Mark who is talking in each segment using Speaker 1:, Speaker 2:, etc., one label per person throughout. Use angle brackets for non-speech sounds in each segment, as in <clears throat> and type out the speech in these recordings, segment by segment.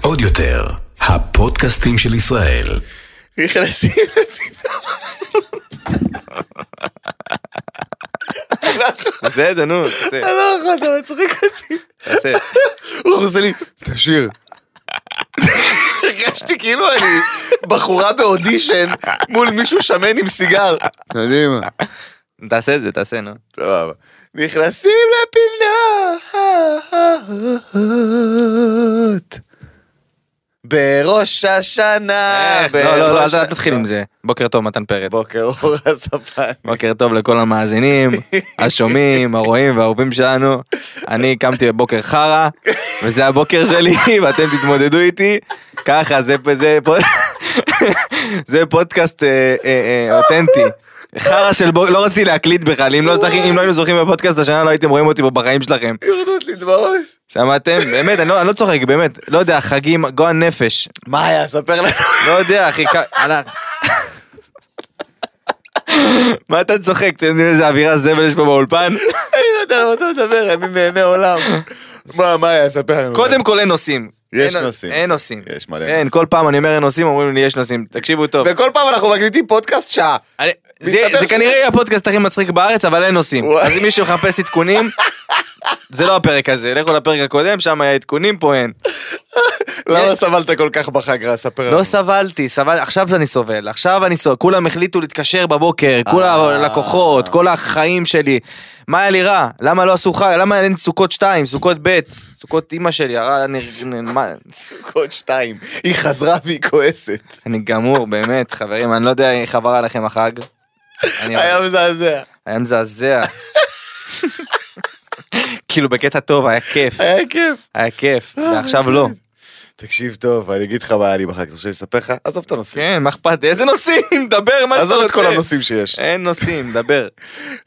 Speaker 1: עוד יותר, הפודקאסטים של ישראל.
Speaker 2: נכנסים לפינה.
Speaker 3: בסדר, נו, תעשה,
Speaker 2: לא, אתה מצחיק אותי.
Speaker 3: תעשה.
Speaker 2: הוא עושה לי, תשיר. הרגשתי כאילו אני בחורה באודישן מול מישהו שמן עם סיגר. קדימה.
Speaker 3: תעשה את זה, תעשה, נו.
Speaker 2: סבבה. נכנסים לפינות. בראש השנה.
Speaker 3: איך? לא, לא, לא,
Speaker 2: בראש
Speaker 3: אל
Speaker 2: ה-
Speaker 3: אל תתחיל עם זה. בוקר טוב, מתן פרץ.
Speaker 2: בוקר אור הספן.
Speaker 3: בוקר טוב לכל המאזינים, השומעים, הרואים והאהובים שלנו. אני קמתי בבוקר חרא, וזה הבוקר שלי, <laughs> ואתם תתמודדו איתי. ככה, זה, זה, פוד- <laughs> זה פודקאסט אה, אה, אה, אותנטי. חרא של בוקר, לא רציתי להקליט בכלל, אם לא, זכי, אם לא היינו זוכים בפודקאסט השנה לא הייתם רואים אותי פה בחיים שלכם.
Speaker 2: יורדות לי דמעות.
Speaker 3: שמעתם? באמת, אני לא, אני לא צוחק, באמת. לא יודע, חגים, גועל נפש.
Speaker 2: מה היה? ספר לנו.
Speaker 3: לא יודע, אחי, כ- הלך. מה אתה צוחק? אתם יודעים איזה אווירה זבל יש פה באולפן?
Speaker 2: אני לא יודע למה אתה מדבר, אני נהנה עולם. מה, מה היה? ספר לנו.
Speaker 3: קודם כל אין נושאים.
Speaker 2: יש
Speaker 3: אין-
Speaker 2: נושאים.
Speaker 3: אין נושאים.
Speaker 2: יש מלא
Speaker 3: אין,
Speaker 2: נושאים.
Speaker 3: כל פעם אני אומר אין נושאים, אומרים לי יש נושאים. תקשיבו טוב.
Speaker 2: וכל פעם אנחנו מקליטים פודקאסט שעה.
Speaker 3: אני- זה
Speaker 2: מסתבר
Speaker 3: זה
Speaker 2: ש-
Speaker 3: כנראה יהיה הפודקאסט הכי מצחיק בארץ, אבל אין נושאים.
Speaker 2: וואי.
Speaker 3: אז אם מישהו מחפש עדכונים, זה לא הפרק הזה. לכו לפרק הקודם, שם היה עדכונים, פה אין.
Speaker 2: למה סבלת כל כך בחג רע? ספר לנו.
Speaker 3: לא סבלתי, סבל, עכשיו אני סובל, עכשיו אני סובל, כולם החליטו להתקשר בבוקר, כל
Speaker 2: אה.
Speaker 3: הלקוחות, כל החיים שלי. מה היה לי רע? למה לא עשו חג? למה אין סוכות 2, סוכות ב', סוכות אימא שלי, הרע, אני, אני- מה-
Speaker 2: סוכות שתיים. היא חזרה והיא כועסת.
Speaker 3: אני גמור, באמת, חברים, אני לא יודע איך עבר עליכם החג. אני-
Speaker 2: היה מזעזע.
Speaker 3: היה מזעזע. כאילו בקטע טוב, היה כיף,
Speaker 2: היה כיף.
Speaker 3: היה כיף, ועכשיו לא.
Speaker 2: תקשיב טוב, אני אגיד לך מה היה לי בחג, אתה רוצה לספר לך? עזוב את הנושאים.
Speaker 3: כן, מה אכפת? איזה נושאים? דבר, מה אתה רוצה? אה?
Speaker 2: עזוב את כל הנושאים שיש.
Speaker 3: אין נושאים, דבר.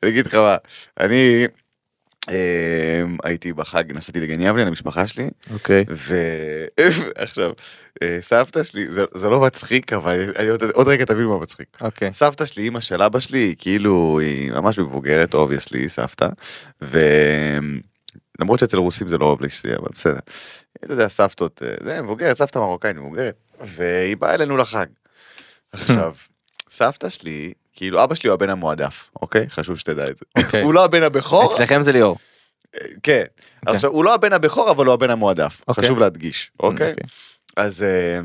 Speaker 2: אני אגיד לך מה, אני אה, הייתי בחג, נסעתי לגן יבלי למשפחה שלי,
Speaker 3: אוקיי.
Speaker 2: <laughs> ועכשיו, אה, סבתא שלי, זה- זה לא מצחיק, אבל אני- אני עוד- עוד רגע תבין מה מצחיק.
Speaker 3: אוקיי.
Speaker 2: סבתא שלי, אימא של אבא שלי, היא כאילו, היא ממש מבוגרת, אובייסלי, סבתא. ולמרות שאצל רוסים זה לא אובייסלי, אבל בסדר. אתה יודע, סבתות, אה, זה מבוגרת, סבתא מרוקאית מבוגרת. והיא באה אלינו לחג.
Speaker 3: <laughs>
Speaker 2: עכשיו, סבתא שלי, כאילו, אבא שלי הוא הבן המועדף, אוקיי? חשוב שתדע את זה.
Speaker 3: אוקיי.
Speaker 2: הוא לא הבן הבכור,
Speaker 3: אצלכם זה ליאור.
Speaker 2: אה, כן. עכשיו, הוא לא הבן הבכור, אבל הוא הבן המועדף.
Speaker 3: אוקיי.
Speaker 2: חשוב להדגיש, אוקיי? אז, אה,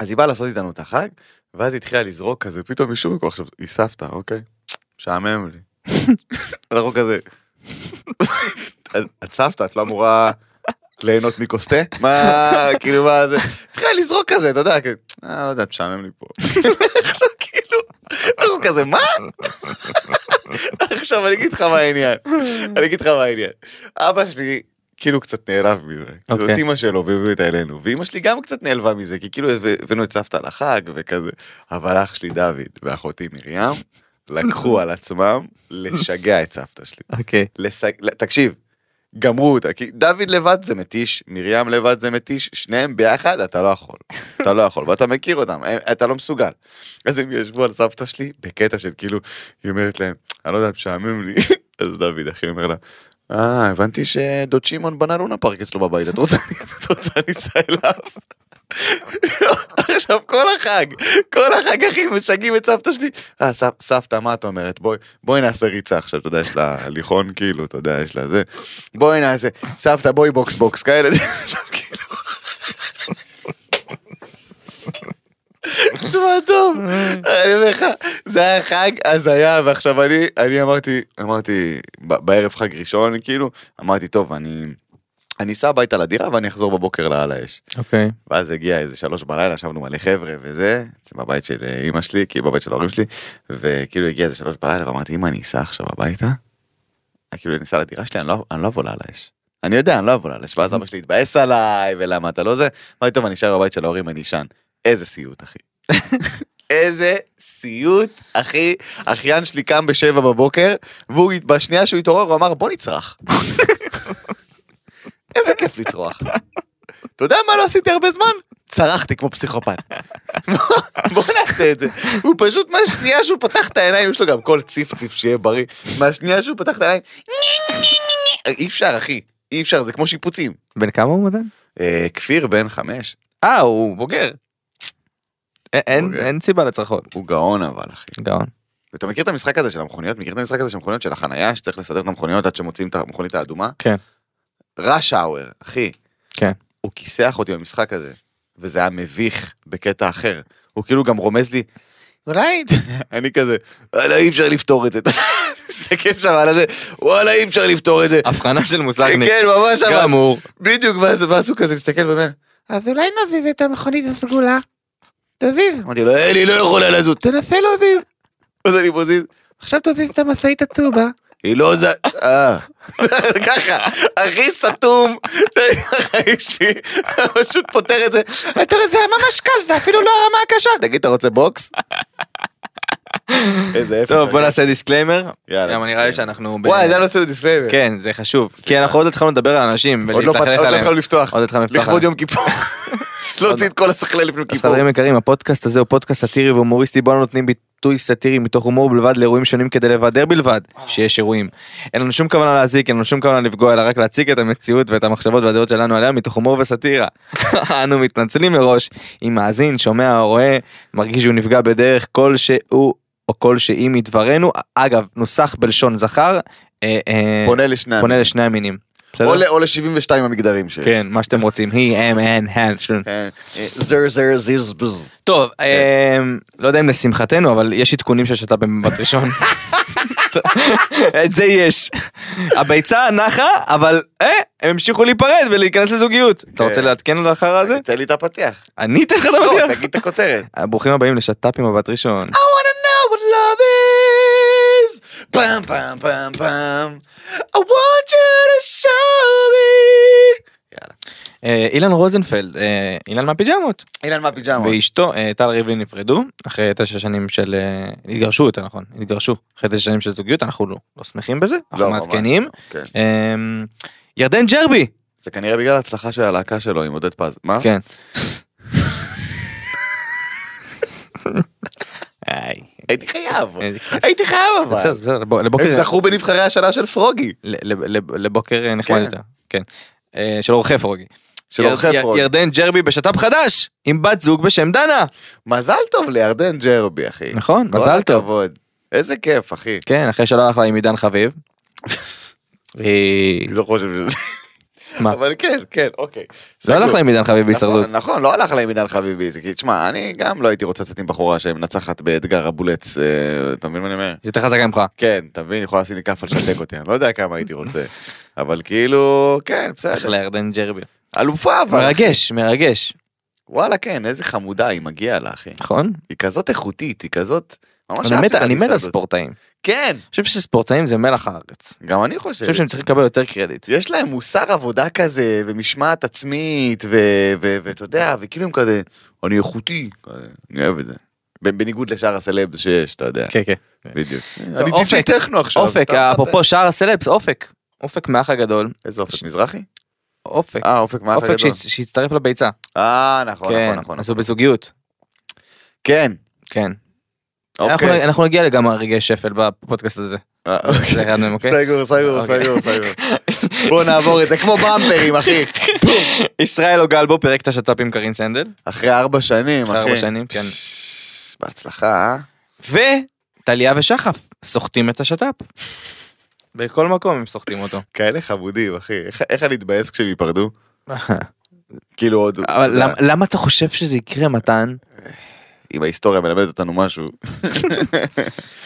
Speaker 2: אז היא באה לעשות איתנו את החג, ואז היא התחילה לזרוק כזה, פתאום משום מקום, עכשיו, היא סבתא, אוקיי? משעמם לי. אנחנו כזה, את- את סבתא, את לא אמורה ליהנות מכוס תה? מה, כאילו, מה זה? התחילה לזרוק כזה, אתה יודע, כאילו, אה, לא יודע, משעמם לי פה. <laughs> עכשיו, כאילו, אנחנו כזה, מה? עכשיו, אני אגיד לך מה העניין. אני אגיד לך מה העניין. אבא שלי... כאילו קצת נעלב מזה, זאת
Speaker 3: אוקיי.
Speaker 2: אימא שלו והביאו אותה אלינו, ואימא שלי גם קצת נעלבה מזה, כי כאילו הבא- הבאנו את סבתא לחג וכזה, אבל אח שלי דוד ואחותי מרים לקחו על עצמם לשגע את סבתא שלי.
Speaker 3: אוקיי.
Speaker 2: לס... ל- תקשיב, גמרו אותה, כי דוד לבד זה מתיש, מרים לבד זה מתיש, שניהם ביחד אתה לא יכול, אתה לא יכול, ואתה מכיר אותם, הם- אתה לא מסוגל. אז הם ישבו על סבתא שלי בקטע של כאילו, היא אומרת להם, אני לא יודע, משעמם לי, <laughs> אז דוד אחי אומר לה, אה, הבנתי שדוד שמעון בנה לונה פארק אצלו בבית, את רוצה <laughs> את רוצה אני אסע אליו? לא, עכשיו כל החג, כל החג אחי משגעים את סבתא שלי. אה, סב- סבתא, מה את אומרת? בואי, בואי נעשה ריצה עכשיו, אתה יודע, יש לה הליכון כאילו, אתה יודע, יש לה זה. בואי נעשה, סבתא, בואי בוקס בוקס, כאלה. עכשיו כאילו... תשמע טוב, אני אומר לך, זה היה חג הזיה, ועכשיו אני, אני אמרתי, אמרתי, ב- בערב חג ראשון, כאילו, אמרתי, טוב, אני... אני אסע הביתה לדירה ואני אחזור בבוקר לעל האש.
Speaker 3: אוקיי.
Speaker 2: ואז הגיע איזה שלוש בלילה, ישבנו מלא חבר'ה וזה, זה בבית של אה, אמא שלי, כאילו בבית של ההורים שלי, וכאילו הגיע איזה שלוש בלילה ואמרתי, אמא אני אסע עכשיו הביתה? אני כאילו אני אסע לדירה שלי, אני לא- אני לא אבוא לעל האש. אני יודע, אני לא אבוא לעל האש, ואז אבא שלי התבאס עליי, ולמה אתה לא זה, אמרתי, טוב, אני אשאר בבית של ההורים, אני אשן. איזה סיוט, אחי. <laughs> איזה סיוט, אחי. אחיין שלי קם בשבע בבוקר, והוא, בשנייה שהוא התעורר, הוא אמר, בוא נצרח. <laughs> איזה כיף לצרוח. אתה יודע מה לא עשיתי הרבה זמן? צרחתי כמו פסיכופת. בוא נעשה את זה. הוא פשוט מהשנייה שהוא פתח את העיניים, יש לו גם קול ציפציף שיהיה בריא, מהשנייה שהוא פתח את העיניים, אי אפשר אחי, אי אפשר, זה כמו שיפוצים.
Speaker 3: בן כמה הוא מתן?
Speaker 2: אה, כפיר בן חמש,
Speaker 3: אה, הוא בוגר. אין- אה, אין-
Speaker 2: בוגר.
Speaker 3: אין סיבה לצרחות.
Speaker 2: הוא גאון אבל, אחי.
Speaker 3: גאון.
Speaker 2: ואתה מכיר את המשחק הזה של המכוניות? מכיר את המשחק הזה של המכוניות של החנייה, שצריך לסדר את המכוניות עד שמוצאים את המכונית האדומה?
Speaker 3: כן.
Speaker 2: ראש האואר, אחי.
Speaker 3: כן.
Speaker 2: הוא כיסח אותי במשחק הזה, וזה היה מביך בקטע אחר. הוא כאילו גם רומז לי, אולי, <laughs> אני כזה, וואלה אי אפשר לפתור את זה. <laughs> אתה מסתכל שם על הזה, וואלה אי אפשר לפתור את זה.
Speaker 3: הבחנה של מוסכניק.
Speaker 2: כן, ממש אבל.
Speaker 3: גמור.
Speaker 2: בדיוק, ואז ואז הוא כזה מסתכל ואומר, אז אולי נזיז את המכונית הסגולה. תזיז. אמרתי לו, אלי לא יכולה לזוז. תנסה להזיז. אז אני מזיז. עכשיו תזיז את המשאית הצהובה. היא לא ז... אה. <laughs> ככה, הכי סתום בחיים שלי, <laughs> פשוט פותר את זה. אתה יודע, זה היה ממש קל, זה אפילו לא הרמה הקשה. תגיד, אתה רוצה בוקס? איזה אפס.
Speaker 3: טוב, בוא
Speaker 2: אני-
Speaker 3: נעשה דיסקליימר.
Speaker 2: יאללה,
Speaker 3: גם נראה לי
Speaker 2: דיסקליימר.
Speaker 3: שאנחנו... ב-
Speaker 2: וואי, זה היה נושא דיסלייבר.
Speaker 3: כן, זה חשוב. כי אנחנו עוד לא התחלנו לדבר על אנשים
Speaker 2: עוד לא פת-
Speaker 3: ולהתחלף
Speaker 2: עוד לא
Speaker 3: עליהם.
Speaker 2: התחלנו לפתוח.
Speaker 3: עוד לא התחלנו לפתוח
Speaker 2: לכבוד
Speaker 3: עליהם.
Speaker 2: יום <laughs> כיפור. לא, להוציא את כל השכלל לפני
Speaker 3: אז
Speaker 2: כיפור.
Speaker 3: חברים יקרים, הפודקאסט הזה הוא פודקאסט סאטירי והומוריסטי, בו אנו נותנים ביטוי סאטירי מתוך הומור בלבד לאירועים שונים כדי לבדר בלבד שיש אירועים. אין לנו שום כוונה להזיק, אין לנו שום כוונה לפגוע, אלא רק להציג את המציאות ואת המחשבות והדעות שלנו עליה מתוך הומור וסאטירה. <laughs> אנו מתנצלים מראש אם מאזין, שומע או רואה, מרגיש שהוא נפגע בדרך כלשהו או כלשהי מדברנו. אגב, נוסח בלשון זכר, אה, אה,
Speaker 2: פונה לשני
Speaker 3: פונה
Speaker 2: המינים.
Speaker 3: לשני המינים. בסדר?
Speaker 2: או ל- או ל-72 המגדרים שיש.
Speaker 3: כן, מה שאתם רוצים, היא, הם, הן, הן, שלו.
Speaker 2: כן. אה, זר זר זיז בז.
Speaker 3: טוב, אמ, לא יודע אם לשמחתנו, אבל יש עדכונים ששתה במבט ראשון. את זה יש. הביצה נחה, אבל אה, הם המשיכו להיפרד ולהיכנס לזוגיות. אתה רוצה לעדכן על האחר הזה?
Speaker 2: תן לי את <laughs> הפתיח.
Speaker 3: אני אתן לך את
Speaker 2: כן. לא,
Speaker 3: המדיח.
Speaker 2: תגיד את הכותרת.
Speaker 3: ברוכים הבאים לשת"פ עם מבט ראשון.
Speaker 2: I wanna know what love is. פעם פעם פעם פעם. I want you to show me. יאללה.
Speaker 3: אה, אילן רוזנפלד, אה, אילן מהפיג'מות,
Speaker 2: אילן מה פיג'מות.
Speaker 3: ואשתו אה, טל ריבלין נפרדו אחרי תשע שנים של... אה, התגרשו יותר נכון, התגרשו אחרי תשע שנים של זוגיות, אנחנו לא לא שמחים בזה, אנחנו
Speaker 2: לא, ממש
Speaker 3: מעדכנים.
Speaker 2: לא, כן.
Speaker 3: אמ, ירדן ג'רבי,
Speaker 2: זה כנראה בגלל ההצלחה של הלהקה שלו עם עודד פז. מה?
Speaker 3: כן. היי,
Speaker 2: הייתי חייב.
Speaker 3: איזה אה, כיף.
Speaker 2: הייתי חייב אבל.
Speaker 3: בסדר, בסדר, לבוא-
Speaker 2: הם
Speaker 3: לבוקר-
Speaker 2: זכו בנבחרי השנה של פרוגי.
Speaker 3: ל- ל- ל- לבוקר נחמד
Speaker 2: כן.
Speaker 3: יותר, כן. אה, של אורחי פרוגי.
Speaker 2: של
Speaker 3: יר-
Speaker 2: אורחי
Speaker 3: יר-
Speaker 2: פרוגי.
Speaker 3: ירדן ג'רבי בשת"פ חדש עם בת זוג בשם דנה.
Speaker 2: מזל טוב לירדן ג'רבי, אחי.
Speaker 3: נכון,
Speaker 2: כל
Speaker 3: מזל טוב.
Speaker 2: הכבוד. איזה כיף, אחי.
Speaker 3: כן, אחרי שלא הלך לה עם עידן
Speaker 2: <laughs>
Speaker 3: חביב. היא-
Speaker 2: אני לא חושב שזה...
Speaker 3: מה?
Speaker 2: אבל כן, כן, אוקיי.
Speaker 3: לא
Speaker 2: סגור.
Speaker 3: הלך לה עם עידן חביב
Speaker 2: נכון,
Speaker 3: בהישרדות.
Speaker 2: נכון, לא הלך לה עם עידן חביבי, זה כי תשמע, אני גם לא הייתי רוצה לצאת עם בחורה שמנצחת באתגר הבולץ, אה, אתה מבין מה אני אומר?
Speaker 3: יותר חזקה ממך.
Speaker 2: כן, אתה מבין, יכולה לשים לי כף על שלדק אותי, אני לא יודע כמה הייתי רוצה, אבל כאילו, כן, בסדר.
Speaker 3: אחלה ירדן ג'רבי.
Speaker 2: אלופה אבל.
Speaker 3: מרגש, מרגש.
Speaker 2: וואלה, כן, איזה חמודה היא, מגיע לה, אחי.
Speaker 3: נכון?
Speaker 2: היא כזאת איכותית, היא כזאת... ממש
Speaker 3: אני
Speaker 2: אהבתי
Speaker 3: מת-
Speaker 2: אותה
Speaker 3: אני מת על
Speaker 2: בהישרדות.
Speaker 3: ספורטאים. אני
Speaker 2: כן,
Speaker 3: חושב שספורטאים זה מלח הארץ.
Speaker 2: גם אני
Speaker 3: אני חושב
Speaker 2: חושב.
Speaker 3: שהם צריכים לקבל יותר קרדיט.
Speaker 2: יש להם מוסר עבודה כזה, ומשמעת עצמית, ו- ו- ואתה יודע, וכאילו הם כזה, אני איכותי, כזה, אני אוהב את זה. ב- בניגוד לשאר הסלבס שיש, אתה יודע,
Speaker 3: כן, כן.
Speaker 2: בדיוק.
Speaker 3: טוב,
Speaker 2: אני דיג'י
Speaker 3: אופק,
Speaker 2: טכנו עכשיו.
Speaker 3: אופק,
Speaker 2: אתה-
Speaker 3: אפרופו שער הסלפס, אופק. אופק מהאח הגדול.
Speaker 2: איזה אופק מזרחי?
Speaker 3: אופק.
Speaker 2: אה, אופק מאח
Speaker 3: אופק
Speaker 2: הגדול.
Speaker 3: שהצ- שהצטרף לביצה.
Speaker 2: אה, נכון,
Speaker 3: כן,
Speaker 2: נכון, נכון.
Speaker 3: אז הוא בזוגיות.
Speaker 2: כן,
Speaker 3: כן. אנחנו
Speaker 2: אוקיי.
Speaker 3: אנחנו נגיע גם רגעי שפל בפודקאסט הזה.
Speaker 2: אה, אוקיי.
Speaker 3: זה אחד מהם, אוקיי?
Speaker 2: סגור, סגור,
Speaker 3: אוקיי. <laughs>
Speaker 2: סגור, סגור. בוא נעבור את זה, כמו במפרים, אחי.
Speaker 3: ישראל אוגלבו פירק את השת"פ עם קרין סנדל.
Speaker 2: אחרי ארבע שנים, אחי.
Speaker 3: אחרי ארבע שנים, כן.
Speaker 2: ש- בהצלחה, אה?
Speaker 3: וטליה ושחף סוחטים את השת"פ. בכל מקום הם סוחטים
Speaker 2: <laughs>
Speaker 3: אותו.
Speaker 2: כאלה חמודים, אחי. איך- איך אני אתבאס כשהם ייפרדו? כאילו עוד...
Speaker 3: אבל למ- למה אתה חושב שזה יקרה מתן?
Speaker 2: אם ההיסטוריה מלמדת אותנו משהו.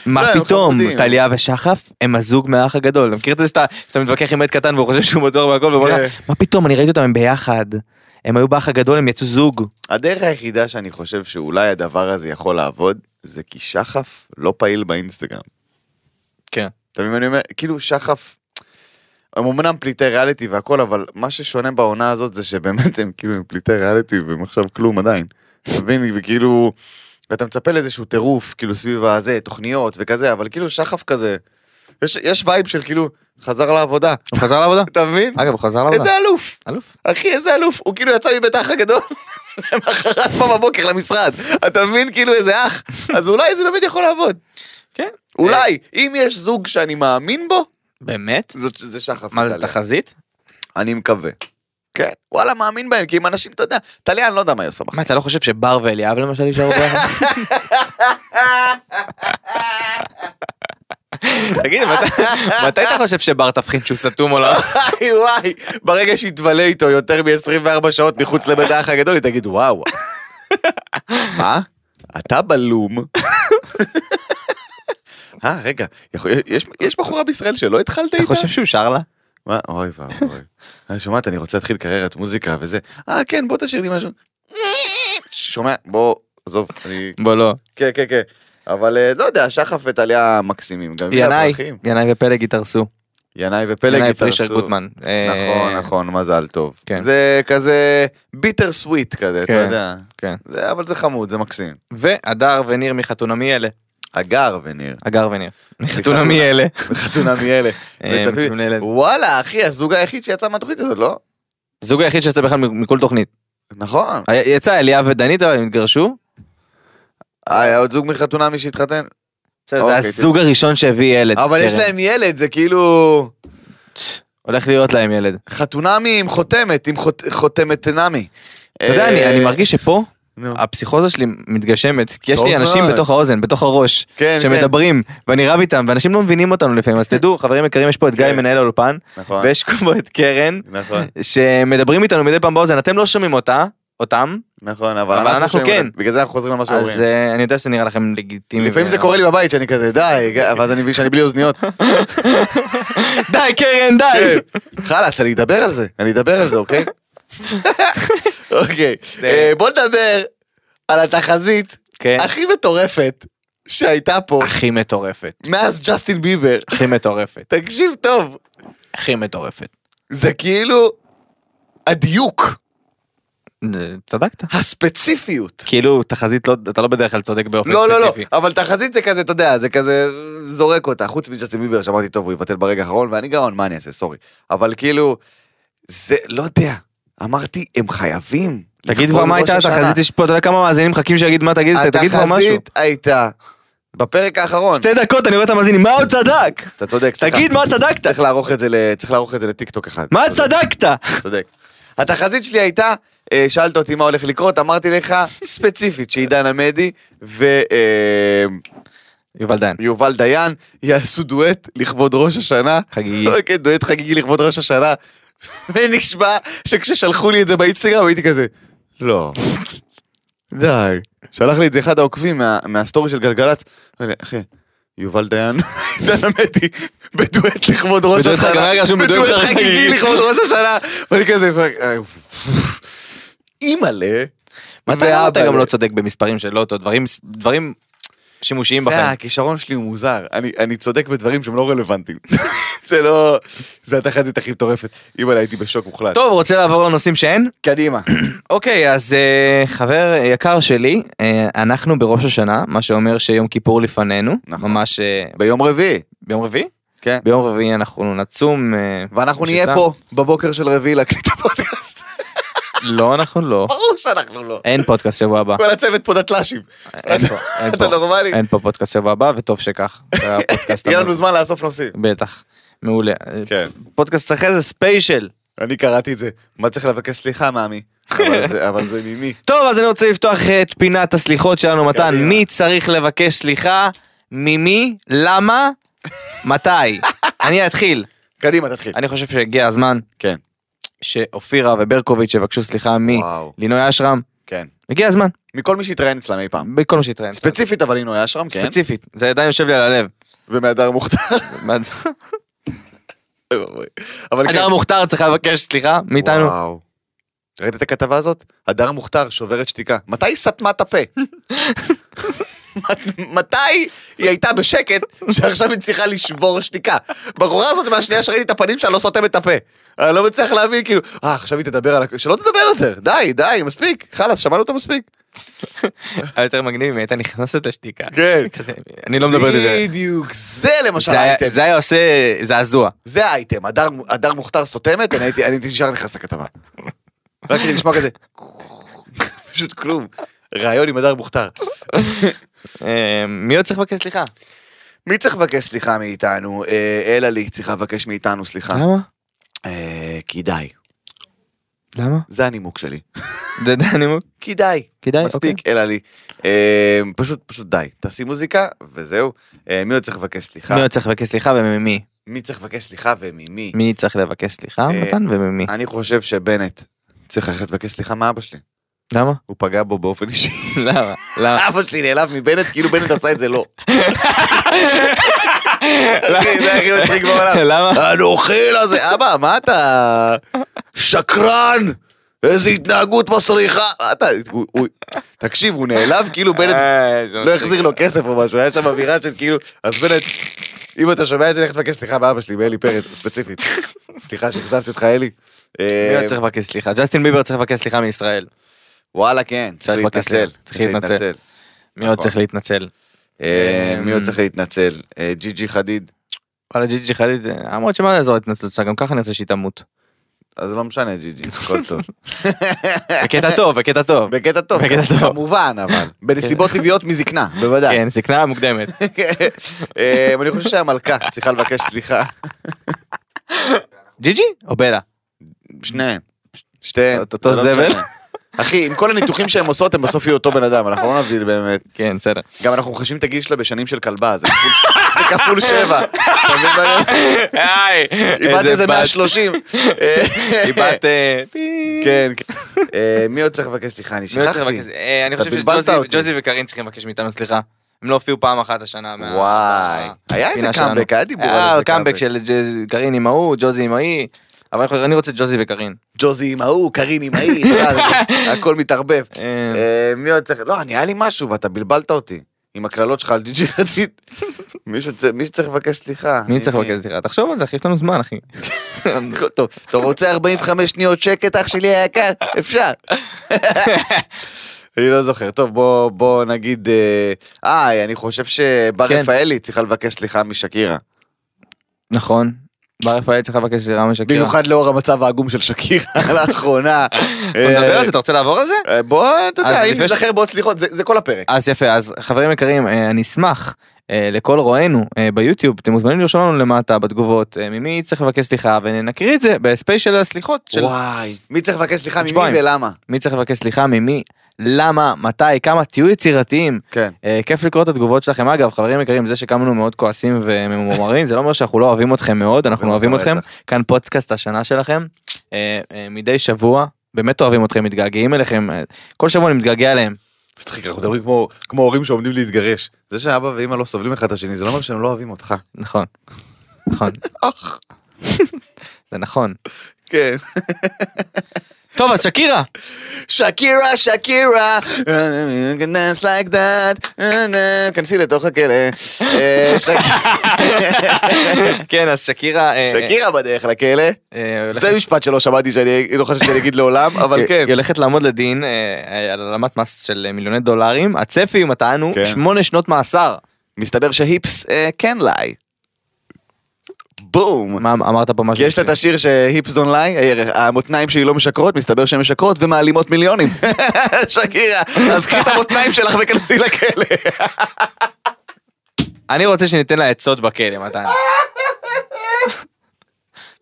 Speaker 3: מה
Speaker 2: לא, הם
Speaker 3: פתאום,
Speaker 2: חמודים.
Speaker 3: טליה ושחף הם הזוג מהאח הגדול. אתה מכיר את זה שאתה שאתה מתווכח עם עד קטן והוא חושב שהוא בטוח והכל ואומר
Speaker 2: כן.
Speaker 3: לך, מה פתאום, אני ראיתי אותם הם ביחד. הם היו באח הגדול, הם יצאו זוג.
Speaker 2: הדרך היחידה שאני חושב שאולי הדבר הזה יכול לעבוד, זה כי שחף לא פעיל באינסטגרם.
Speaker 3: כן.
Speaker 2: אתה מבין מה אני אומר? כאילו שחף, הם אמנם פליטי ריאליטי והכל, אבל מה ששונה בעונה הזאת זה שבאמת הם כאילו הם פליטי ריאליטי והם עכשיו כלום עדיין. אתה מבין? וכאילו, ואתה מצפה לאיזשהו טירוף, כאילו סביב הזה, תוכניות וכזה, אבל כאילו שחף כזה, יש, יש וייב של כאילו, חזר לעבודה,
Speaker 3: הוא חזר לעבודה?
Speaker 2: אתה מבין?
Speaker 3: אגב, הוא חזר לעבודה.
Speaker 2: איזה אלוף!
Speaker 3: אלוף.
Speaker 2: אחי איזה אלוף, הוא כאילו יצא מבית האח הגדול, <laughs> למחרת פה בבוקר למשרד, אתה מבין כאילו איזה אח, אז אולי זה באמת יכול לעבוד.
Speaker 3: כן.
Speaker 2: אולי, אם יש זוג שאני מאמין בו,
Speaker 3: באמת?
Speaker 2: זאת- זה שחף.
Speaker 3: מה זה
Speaker 2: וטליה.
Speaker 3: תחזית?
Speaker 2: אני מקווה. כן, וואלה, מאמין בהם, כי אם אנשים, אתה יודע, טליה, אני לא יודע מה היא עושה בחיים.
Speaker 4: מה, אתה לא חושב שבר ואליאב למשל יישארו
Speaker 3: <laughs>
Speaker 4: ביחד?
Speaker 3: תגיד, מתי- מתי אתה חושב שבר תבחין שהוא סתום או לא?
Speaker 2: וואי וואי, ברגע שיתבלה איתו יותר מ-24 שעות מחוץ לבית האח הגדול, היא תגיד, וואו. מה? אתה בלום. אה, רגע, יכול- יש- יש בחורה בישראל שלא התחלת
Speaker 3: אתה
Speaker 2: איתה?
Speaker 3: חושב שהוא שר לה?
Speaker 2: מה? אוי ואבוי. אני שומעת, אני רוצה להתחיל קריירת מוזיקה וזה. אה, כן, בוא תשאיר לי משהו. שומע, בוא, עזוב, אני...
Speaker 3: בוא לא.
Speaker 2: כן, כן, כן. אבל אה, לא יודע, שחף וטליה מקסימים. גם הם
Speaker 3: ינאי,
Speaker 2: מלכים.
Speaker 3: ינאי ופלג התארסו.
Speaker 2: ינאי ופלג
Speaker 3: ינאי
Speaker 2: התארסו.
Speaker 3: פרישר גוטמן.
Speaker 2: נכון,
Speaker 3: אה,
Speaker 2: נכון, מזל טוב.
Speaker 3: כן.
Speaker 2: זה כזה ביטר סוויט כזה, אתה
Speaker 3: כן,
Speaker 2: יודע.
Speaker 3: כן.
Speaker 2: זה- אבל זה חמוד, זה מקסים.
Speaker 3: והדר וניר מחתונה מי אלה?
Speaker 2: הגר וניר.
Speaker 3: הגר וניר. מחתונה מי
Speaker 2: <laughs>
Speaker 3: אלה?
Speaker 2: חתונה
Speaker 3: <laughs>
Speaker 2: מאלה.
Speaker 3: אה,
Speaker 2: מצפים-
Speaker 3: מצפים לילד.
Speaker 2: וואלה, אחי, הזוג היחיד שיצא מהתוכנית הזאת, לא?
Speaker 3: הזוג היחיד שיצא בכלל מכל תוכנית.
Speaker 2: נכון.
Speaker 3: היה- יצא אליאב ודנית, אבל הם התגרשו.
Speaker 2: אה, היה עוד זוג מחתונה מי שהתחתן?
Speaker 3: בסדר, זה
Speaker 2: אוקיי,
Speaker 3: הזוג הראשון שהביא ילד.
Speaker 2: אבל יש
Speaker 3: קרן.
Speaker 2: להם ילד, זה כאילו...
Speaker 3: הולך להיות להם ילד.
Speaker 2: חתונמי עם חותמת, עם חות- חותמת נמי.
Speaker 3: אתה
Speaker 2: אה,
Speaker 3: יודע, אני- אני מרגיש שפה
Speaker 2: נו.
Speaker 3: הפסיכוזה שלי מתגשמת, כי יש
Speaker 2: טוב
Speaker 3: לי אנשים
Speaker 2: מאוד.
Speaker 3: בתוך האוזן, בתוך הראש,
Speaker 2: כן,
Speaker 3: שמדברים, ואני רב איתם, ואנשים לא מבינים אותנו
Speaker 2: <laughs>
Speaker 3: לפעמים, אז תדעו, חברים יקרים, יש פה את גיא
Speaker 2: כן.
Speaker 3: מנהל האולפן,
Speaker 2: נכון.
Speaker 3: ויש פה את קרן,
Speaker 2: נכון,
Speaker 3: שמדברים איתנו מדי פעם באוזן, אתם לא שומעים אותה, אותם,
Speaker 2: נכון, אבל
Speaker 3: אבל
Speaker 2: אנחנו
Speaker 3: אנחנו
Speaker 2: שומעים,
Speaker 3: כן.
Speaker 2: בגלל זה אנחנו חוזרים למה שאומרים.
Speaker 3: אז אה, אני יודע שזה נראה לכם לגיטימי.
Speaker 2: לפעמים זה
Speaker 3: ו-
Speaker 2: קורה לי בבית שאני כזה די, ואז אני מבין שאני בלי אוזניות.
Speaker 3: די קרן, די!
Speaker 2: חלאס, אני אדבר על זה, אני אדבר על זה, אוקיי? אוקיי, אה, בוא נדבר על התחזית
Speaker 3: כן.
Speaker 2: הכי מטורפת שהייתה פה
Speaker 3: הכי מטורפת,
Speaker 2: מאז ג'סטין ביבר.
Speaker 3: הכי מטורפת,
Speaker 2: תקשיב טוב,
Speaker 3: הכי מטורפת.
Speaker 2: זה כאילו הדיוק,
Speaker 3: אה, צדקת.
Speaker 2: הספציפיות.
Speaker 3: כאילו, תחזית לא, אתה לא בדרך כלל צודק באופן
Speaker 2: לא, לא, לא,
Speaker 3: ספציפי.
Speaker 2: אבל תחזית זה כזה, אתה יודע, זה כזה זורק אותה, חוץ מג'סטין ביבר, שאמרתי, טוב, הוא יבטל ברגע האחרון, ואני גאון, מה אני אעשה, סורי. אבל כאילו, זה, לא יודע, אמרתי, הם חייבים.
Speaker 3: תגיד
Speaker 2: לכבוד
Speaker 3: כבר מה
Speaker 2: ראש
Speaker 3: הייתה
Speaker 2: השנה.
Speaker 3: התחזית, יש פה, אתה יודע כמה מאזינים מחכים שיגיד מה תגיד, תגיד כבר משהו.
Speaker 2: התחזית הייתה, בפרק האחרון,
Speaker 3: שתי דקות אני רואה את המאזינים, מה עוד צדק?
Speaker 2: אתה צודק, סליחה.
Speaker 3: תגיד מה צדקת?
Speaker 2: צריך לערוך את זה ל- צריך לערוך את זה לטיקטוק אחד.
Speaker 3: מה
Speaker 2: צודק,
Speaker 3: צדקת?
Speaker 2: צודק. התחזית שלי הייתה, אה, שאלת אותי מה הולך לקרות, אמרתי לך, ספציפית, שעידן עמדי אה, ויובל
Speaker 3: יובל דיין,
Speaker 2: דיין יעשו דואט לכבוד ראש השנה.
Speaker 3: חגיגי.
Speaker 2: לא, כן, דואט חגיגי לכבוד ראש השנה. ונשמע שכששלחו לי את זה באינסטגרם הייתי כזה, לא. די. שלח לי את זה אחד העוקבים מה- מהסטורי של גלגלצ. אמר לי, אחי, יובל דיין, <laughs> דן עמדי, בדואט לכבוד ראש
Speaker 3: בדואט
Speaker 2: השנה.
Speaker 3: חגיגי, רשום בדואט
Speaker 2: בדואט
Speaker 3: חגיגי.
Speaker 2: חגיגי לכבוד ראש השנה. ואני כזה, פאק,
Speaker 3: <laughs>
Speaker 2: אה, אימא'לה.
Speaker 3: מתי
Speaker 2: ואבאלה.
Speaker 3: אתה גם לא צודק במספרים של לוטו, דברים- דברים שימושיים
Speaker 2: זה
Speaker 3: בחיים.
Speaker 2: הכישרון שלי הוא מוזר, אני, אני צודק בדברים שהם לא רלוונטיים. <laughs> זה לא... זה התחזית הכי מטורפת. אימא'לה, הייתי בשוק מוחלט.
Speaker 3: טוב, רוצה לעבור לנושאים שאין? <coughs>
Speaker 2: קדימה.
Speaker 3: אוקיי, אז אה, חבר יקר שלי, אה, אנחנו בראש השנה, מה שאומר שיום כיפור לפנינו,
Speaker 2: נכון.
Speaker 3: ממש אה,
Speaker 2: ביום רביעי.
Speaker 3: ביום רביעי?
Speaker 2: כן.
Speaker 3: ביום רביעי אנחנו נצום, אה,
Speaker 2: ואנחנו
Speaker 3: בשביל
Speaker 2: נהיה
Speaker 3: צה"ל.
Speaker 2: פה בבוקר של רביעי להקליט את הפודקאסט. <laughs>
Speaker 3: לא, אנחנו לא.
Speaker 2: ברור שאנחנו לא.
Speaker 3: אין פודקאסט שבוע הבא.
Speaker 2: כל הצוות פה דתל"שים.
Speaker 3: אין
Speaker 2: <laughs>
Speaker 3: פה, אין
Speaker 2: אתה
Speaker 3: פה.
Speaker 2: נורמלי?
Speaker 3: אין לא. פה פודקאסט שבוע הבא, וטוב שכך. זה
Speaker 2: <laughs>
Speaker 3: הפודקאסט
Speaker 2: יהיה
Speaker 3: הבא.
Speaker 2: לנו זמן לאסוף נושאים.
Speaker 3: בטח. מעולה.
Speaker 2: כן.
Speaker 3: פודקאסט אחרי זה ספיישל.
Speaker 2: אני קראתי את זה. מה צריך לבקש סליחה, מאמי? אבל זה- אבל זה ממי.
Speaker 3: טוב, אז אני רוצה לפתוח את פינת הסליחות שלנו, מתן.
Speaker 2: קדימה.
Speaker 3: מי צריך לבקש סליחה? ממי? למה?
Speaker 2: <laughs>
Speaker 3: מתי? אני אתחיל.
Speaker 2: קדימה, תתחיל.
Speaker 3: אני חושב שהגיע הזמן
Speaker 2: כן.
Speaker 3: שאופירה וברקוביץ' יבקשו סליחה
Speaker 2: וואו.
Speaker 3: מלינוי אשרם.
Speaker 2: כן.
Speaker 3: הגיע הזמן,
Speaker 2: מכל מי שהתראיין אצלם אי פעם.
Speaker 3: בכל מה שהתראיין.
Speaker 5: כן.
Speaker 2: ספציפית, אבל הנה הוא היה שם, כן.
Speaker 3: כן. ספציפית. זה עדיין יושב לי על הלב.
Speaker 2: ומהדר מוכתר. אבל כן.
Speaker 3: הדר מוכתר צריכה לבקש סליחה מאיתנו.
Speaker 2: וואו. ראית את הכתבה הזאת? הדר מוכתר שוברת שתיקה. מתי היא סתמה את הפה? <laughs> מת- מתי היא הייתה בשקט שעכשיו היא צריכה לשבור שתיקה? בחורה הזאת מהשנייה שראיתי את הפנים שלה לא סותמת את הפה. אני לא מצליח להבין כאילו, אה עכשיו היא תדבר על הכ... שלא תדבר יותר, די, די, מספיק, חלאס, שמענו אותה מספיק.
Speaker 3: היה יותר מגניב אם היא הייתה נכנסת לשתיקה.
Speaker 2: כן.
Speaker 3: כזה, אני לא מדבר על זה.
Speaker 2: בדיוק, זה למשל
Speaker 3: זה היה-
Speaker 2: האייטם,
Speaker 3: זה היה עושה זעזוע.
Speaker 2: זה האייטם, הדר- הדר מוכתר סותמת, אני הייתי אני הייתי נשאר נכנס לכתבה. רק כדי לשמוע כזה, פשוט כלום, ראיון עם הדר מוכתר.
Speaker 3: אה, מי עוד צריך לבקש סליחה?
Speaker 2: אה, מי צריך לבקש סליחה מאיתנו? אה, אלה לי צריכה לבקש מאיתנו סליחה.
Speaker 3: למה?
Speaker 2: אה, כדאי.
Speaker 3: למה?
Speaker 2: זה הנימוק שלי.
Speaker 3: זה די הנימוק?
Speaker 2: כדאי.
Speaker 5: כדאי, אוקיי.
Speaker 2: מספיק, אלא לי. אה, פשוט, פשוט די. תעשי מוזיקה, וזהו. אה, מי עוד צריך לבקש סליחה?
Speaker 5: מי עוד צריך לבקש סליחה וממי?
Speaker 2: מי צריך לבקש סליחה וממי?
Speaker 5: מי צריך לבקש סליחה,
Speaker 2: אה,
Speaker 5: מתן, וממי?
Speaker 2: אני חושב שבנט צריך ללכת לבקש סליחה מאבא שלי.
Speaker 5: למה?
Speaker 2: הוא פגע בו באופן אישי.
Speaker 3: למה? למה?
Speaker 2: אבא שלי נעלב מבנט, כאילו בנט עשה את זה לו. אחי, זה הכי מצחיק בעולם.
Speaker 3: למה?
Speaker 2: הנוכל הזה, אבא, מה אתה? שקרן! איזה התנהגות מסריחה! מה אתה, הוא- הוא- תקשיב, הוא נעלב כאילו בנט
Speaker 3: אה, זה
Speaker 2: לא
Speaker 3: מצחיק.
Speaker 2: החזיר לו כסף או משהו, היה שם אווירה של כאילו, אז בנט, אם אתה שומע את זה, לך תבקש סליחה מאבא שלי, מאלי פרץ, ספציפית. סליחה שאכזבתי אותך, אלי.
Speaker 3: מי
Speaker 2: אה,
Speaker 3: עוד צריך לבקש סליחה? ג'סטין ביבר צריך לבקש סליחה מישראל.
Speaker 2: וואלה, כן, צריך
Speaker 3: צריך לבקש
Speaker 2: להתנצל.
Speaker 3: סליחה, צריך להתנצל. מי עוד
Speaker 2: נכון.
Speaker 3: צריך להתנצל?
Speaker 2: אה, מי עוד
Speaker 3: אה,
Speaker 2: צריך להתנצל? אה, ג'י ג'י חדיד.
Speaker 3: וואלה ג'י ג'י חדיד, אה, למרות שמה לעזור להתנצלות שלה, גם ככה אני רוצה
Speaker 2: <laughs>
Speaker 3: שהיא תמות.
Speaker 2: אז לא משנה, ג'י ג'י, הכל
Speaker 3: <laughs>
Speaker 2: טוב.
Speaker 3: בקטע טוב, בקטע
Speaker 2: <laughs>
Speaker 3: טוב.
Speaker 2: בקטע טוב,
Speaker 3: בקטע טוב.
Speaker 2: כמובן, אבל. בנסיבות טבעיות מזקנה, בוודאי.
Speaker 3: כן,
Speaker 2: <laughs>
Speaker 3: זקנה מוקדמת.
Speaker 2: אה, אני חושב שהמלכה צריכה לבקש סליחה.
Speaker 3: ג'י ג'י או בלה?
Speaker 2: שניהם. שתיהן.
Speaker 3: אותו- אותו
Speaker 2: זה לא
Speaker 3: זבל.
Speaker 2: משנה. אחי, עם כל הניתוחים שהן עושות, הן בסוף יהיו אותו בן אדם, אנחנו לא נבדיל באמת.
Speaker 3: כן, בסדר.
Speaker 2: <laughs> גם אנחנו מחשבים את הגיל שלה בשנים של כלבה, זה כפול- זה כפול שבע. אתה מבין מה אני אומר?
Speaker 3: <laughs> היי!
Speaker 2: איבדת איזה 130.
Speaker 3: <laughs> איבדת... אה, פיפ.
Speaker 2: כן, כן. אה, מי עוד צריך לבקש סליחה? אני
Speaker 3: מי עוד צריך
Speaker 2: שכחתי.
Speaker 3: לבקש- אה, אני
Speaker 2: אתה
Speaker 3: חושב
Speaker 2: בלבלת
Speaker 3: שג'וזי
Speaker 2: אותי.
Speaker 3: ג'וזי וקארין צריכים לבקש מאיתנו סליחה. הם לא הופיעו פעם אחת השנה. מה-
Speaker 2: וואי.
Speaker 3: מה-
Speaker 2: היה איזה
Speaker 3: הפינה
Speaker 2: קאמבק,
Speaker 3: שלנו.
Speaker 2: היה דיבור על
Speaker 3: היה
Speaker 2: איזה
Speaker 3: קאמבק
Speaker 2: קאמבק.
Speaker 3: של ג'וז- קארין עם ההוא, ג'וזי עם ההיא. אבל אני חושב- אני רוצה ג'וזי וקארין.
Speaker 2: ג'וזי עם ההוא, קארין עם ההיא, אתה
Speaker 3: <laughs>
Speaker 2: יודע, הכל מתערבב.
Speaker 3: כן.
Speaker 2: אה, מי עוד צריך? לא, אני- היה לי משהו ואתה בלבלת אותי. עם הקללות שלך על ג'י חדיד.
Speaker 3: <laughs>
Speaker 2: מישהו צ- מישהו צריך לבקש סליחה.
Speaker 3: מי צריך
Speaker 2: אה.
Speaker 3: לבקש סליחה? תחשוב על זה, אחי, יש לנו זמן, אחי.
Speaker 2: הכל טוב. אתה רוצה 45 שניות שקט, אח שלי היקר?
Speaker 3: <laughs>
Speaker 2: אפשר. אני לא זוכר. טוב, בוא, בוא נגיד... אה, אה, אני חושב שבר
Speaker 3: כן.
Speaker 2: רפאלי צריכה לבקש סליחה משקירה.
Speaker 3: נכון. בר רפאלי צריך לבקש סליחה משקירה.
Speaker 2: במיוחד לאור המצב העגום של שקירה <laughs> לאחרונה.
Speaker 3: בוא נדבר על זה, אתה רוצה לעבור על זה?
Speaker 2: אה, בוא, אתה
Speaker 3: אז
Speaker 2: יודע, אם
Speaker 3: לפני ש-
Speaker 2: נזכר בעוד סליחות, זה זה כל הפרק.
Speaker 3: אז יפה, אז חברים יקרים, אה, אני אשמח אה, לכל רואינו אה, ביוטיוב, אתם מוזמנים לרשום לנו למטה בתגובות אה, ממי צריך לבקש סליחה ונקריא את זה בספייס של הסליחות של
Speaker 2: וואי. מי צריך לבקש סליחה ממי
Speaker 3: שבועיים.
Speaker 2: ולמה?
Speaker 3: מי צריך לבקש סליחה ממי, למה, מתי, כמה, תהיו יצירתיים.
Speaker 2: כן.
Speaker 3: אה, כיף לקרוא את התגובות שלכם. אגב, חברים יקרים, זה שקמנו מאוד כועסים וממומרים, זה לא אומר שאנחנו לא אוהבים אתכם מאוד, אנחנו
Speaker 2: אוהבים
Speaker 3: אוהבים
Speaker 2: אותך
Speaker 3: אתכם. כאן פודקאסט השנה שלכם, אה, אה, מדי שבוע, באמת אוהבים אתכם, מתגעגעים אליכם, אה, כל שבוע אני מתגעגע אליהם.
Speaker 2: מצחיק, אנחנו מדברים כמו- כמו הורים שעומדים להתגרש. זה שאבא ואמא לא סובלים אחד את השני, זה לא אומר שהם לא אוהבים אותך.
Speaker 3: נכון. נכון.
Speaker 2: אח.
Speaker 3: זה נכון.
Speaker 2: <laughs> כן.
Speaker 3: טוב, אז שקירה.
Speaker 2: שקירה, שקירה, you can dance like that, כנסי לתוך הכלא. אה, <laughs> שק-
Speaker 3: כן, אז שקירה... אה,
Speaker 2: שקירה בדרך לכלא,
Speaker 3: אה, הולכת-
Speaker 2: זה משפט שלא שמעתי שאני לא חושב שאני אגיד לעולם, אבל
Speaker 3: היא-
Speaker 2: כן.
Speaker 3: היא הולכת לעמוד לדין אה, אה, על העלמת מס של אה, מיליוני דולרים. הצפי, הוא מטענו,
Speaker 2: כן.
Speaker 3: שמונה שנות מאסר.
Speaker 2: מסתבר שהיפס אה, כן לי. בום.
Speaker 3: מה אמרת פה משהו?
Speaker 2: כי יש לה את השיר שהיפס דון לי, המותניים שלי לא משקרות, מסתבר שהן משקרות ומעלימות מיליונים. <laughs> שקירה, אז קחי את המותניים שלך וכנסי לכלא. <laughs>
Speaker 3: אני רוצה שניתן לה עצות בכלא, מתן.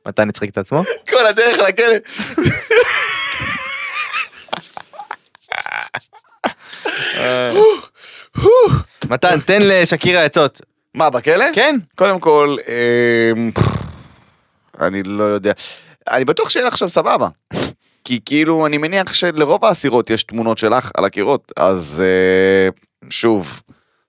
Speaker 3: מתן הצחיק את עצמו?
Speaker 2: כל הדרך לכלא.
Speaker 3: מתן, תן לשקירה עצות.
Speaker 2: מה, בכלא?
Speaker 3: כן.
Speaker 2: קודם כל, אמ, אני לא יודע. אני בטוח שאין לך שם סבבה. כי כאילו, אני מניח שלרוב האסירות יש תמונות שלך על הקירות, אז אה, שוב,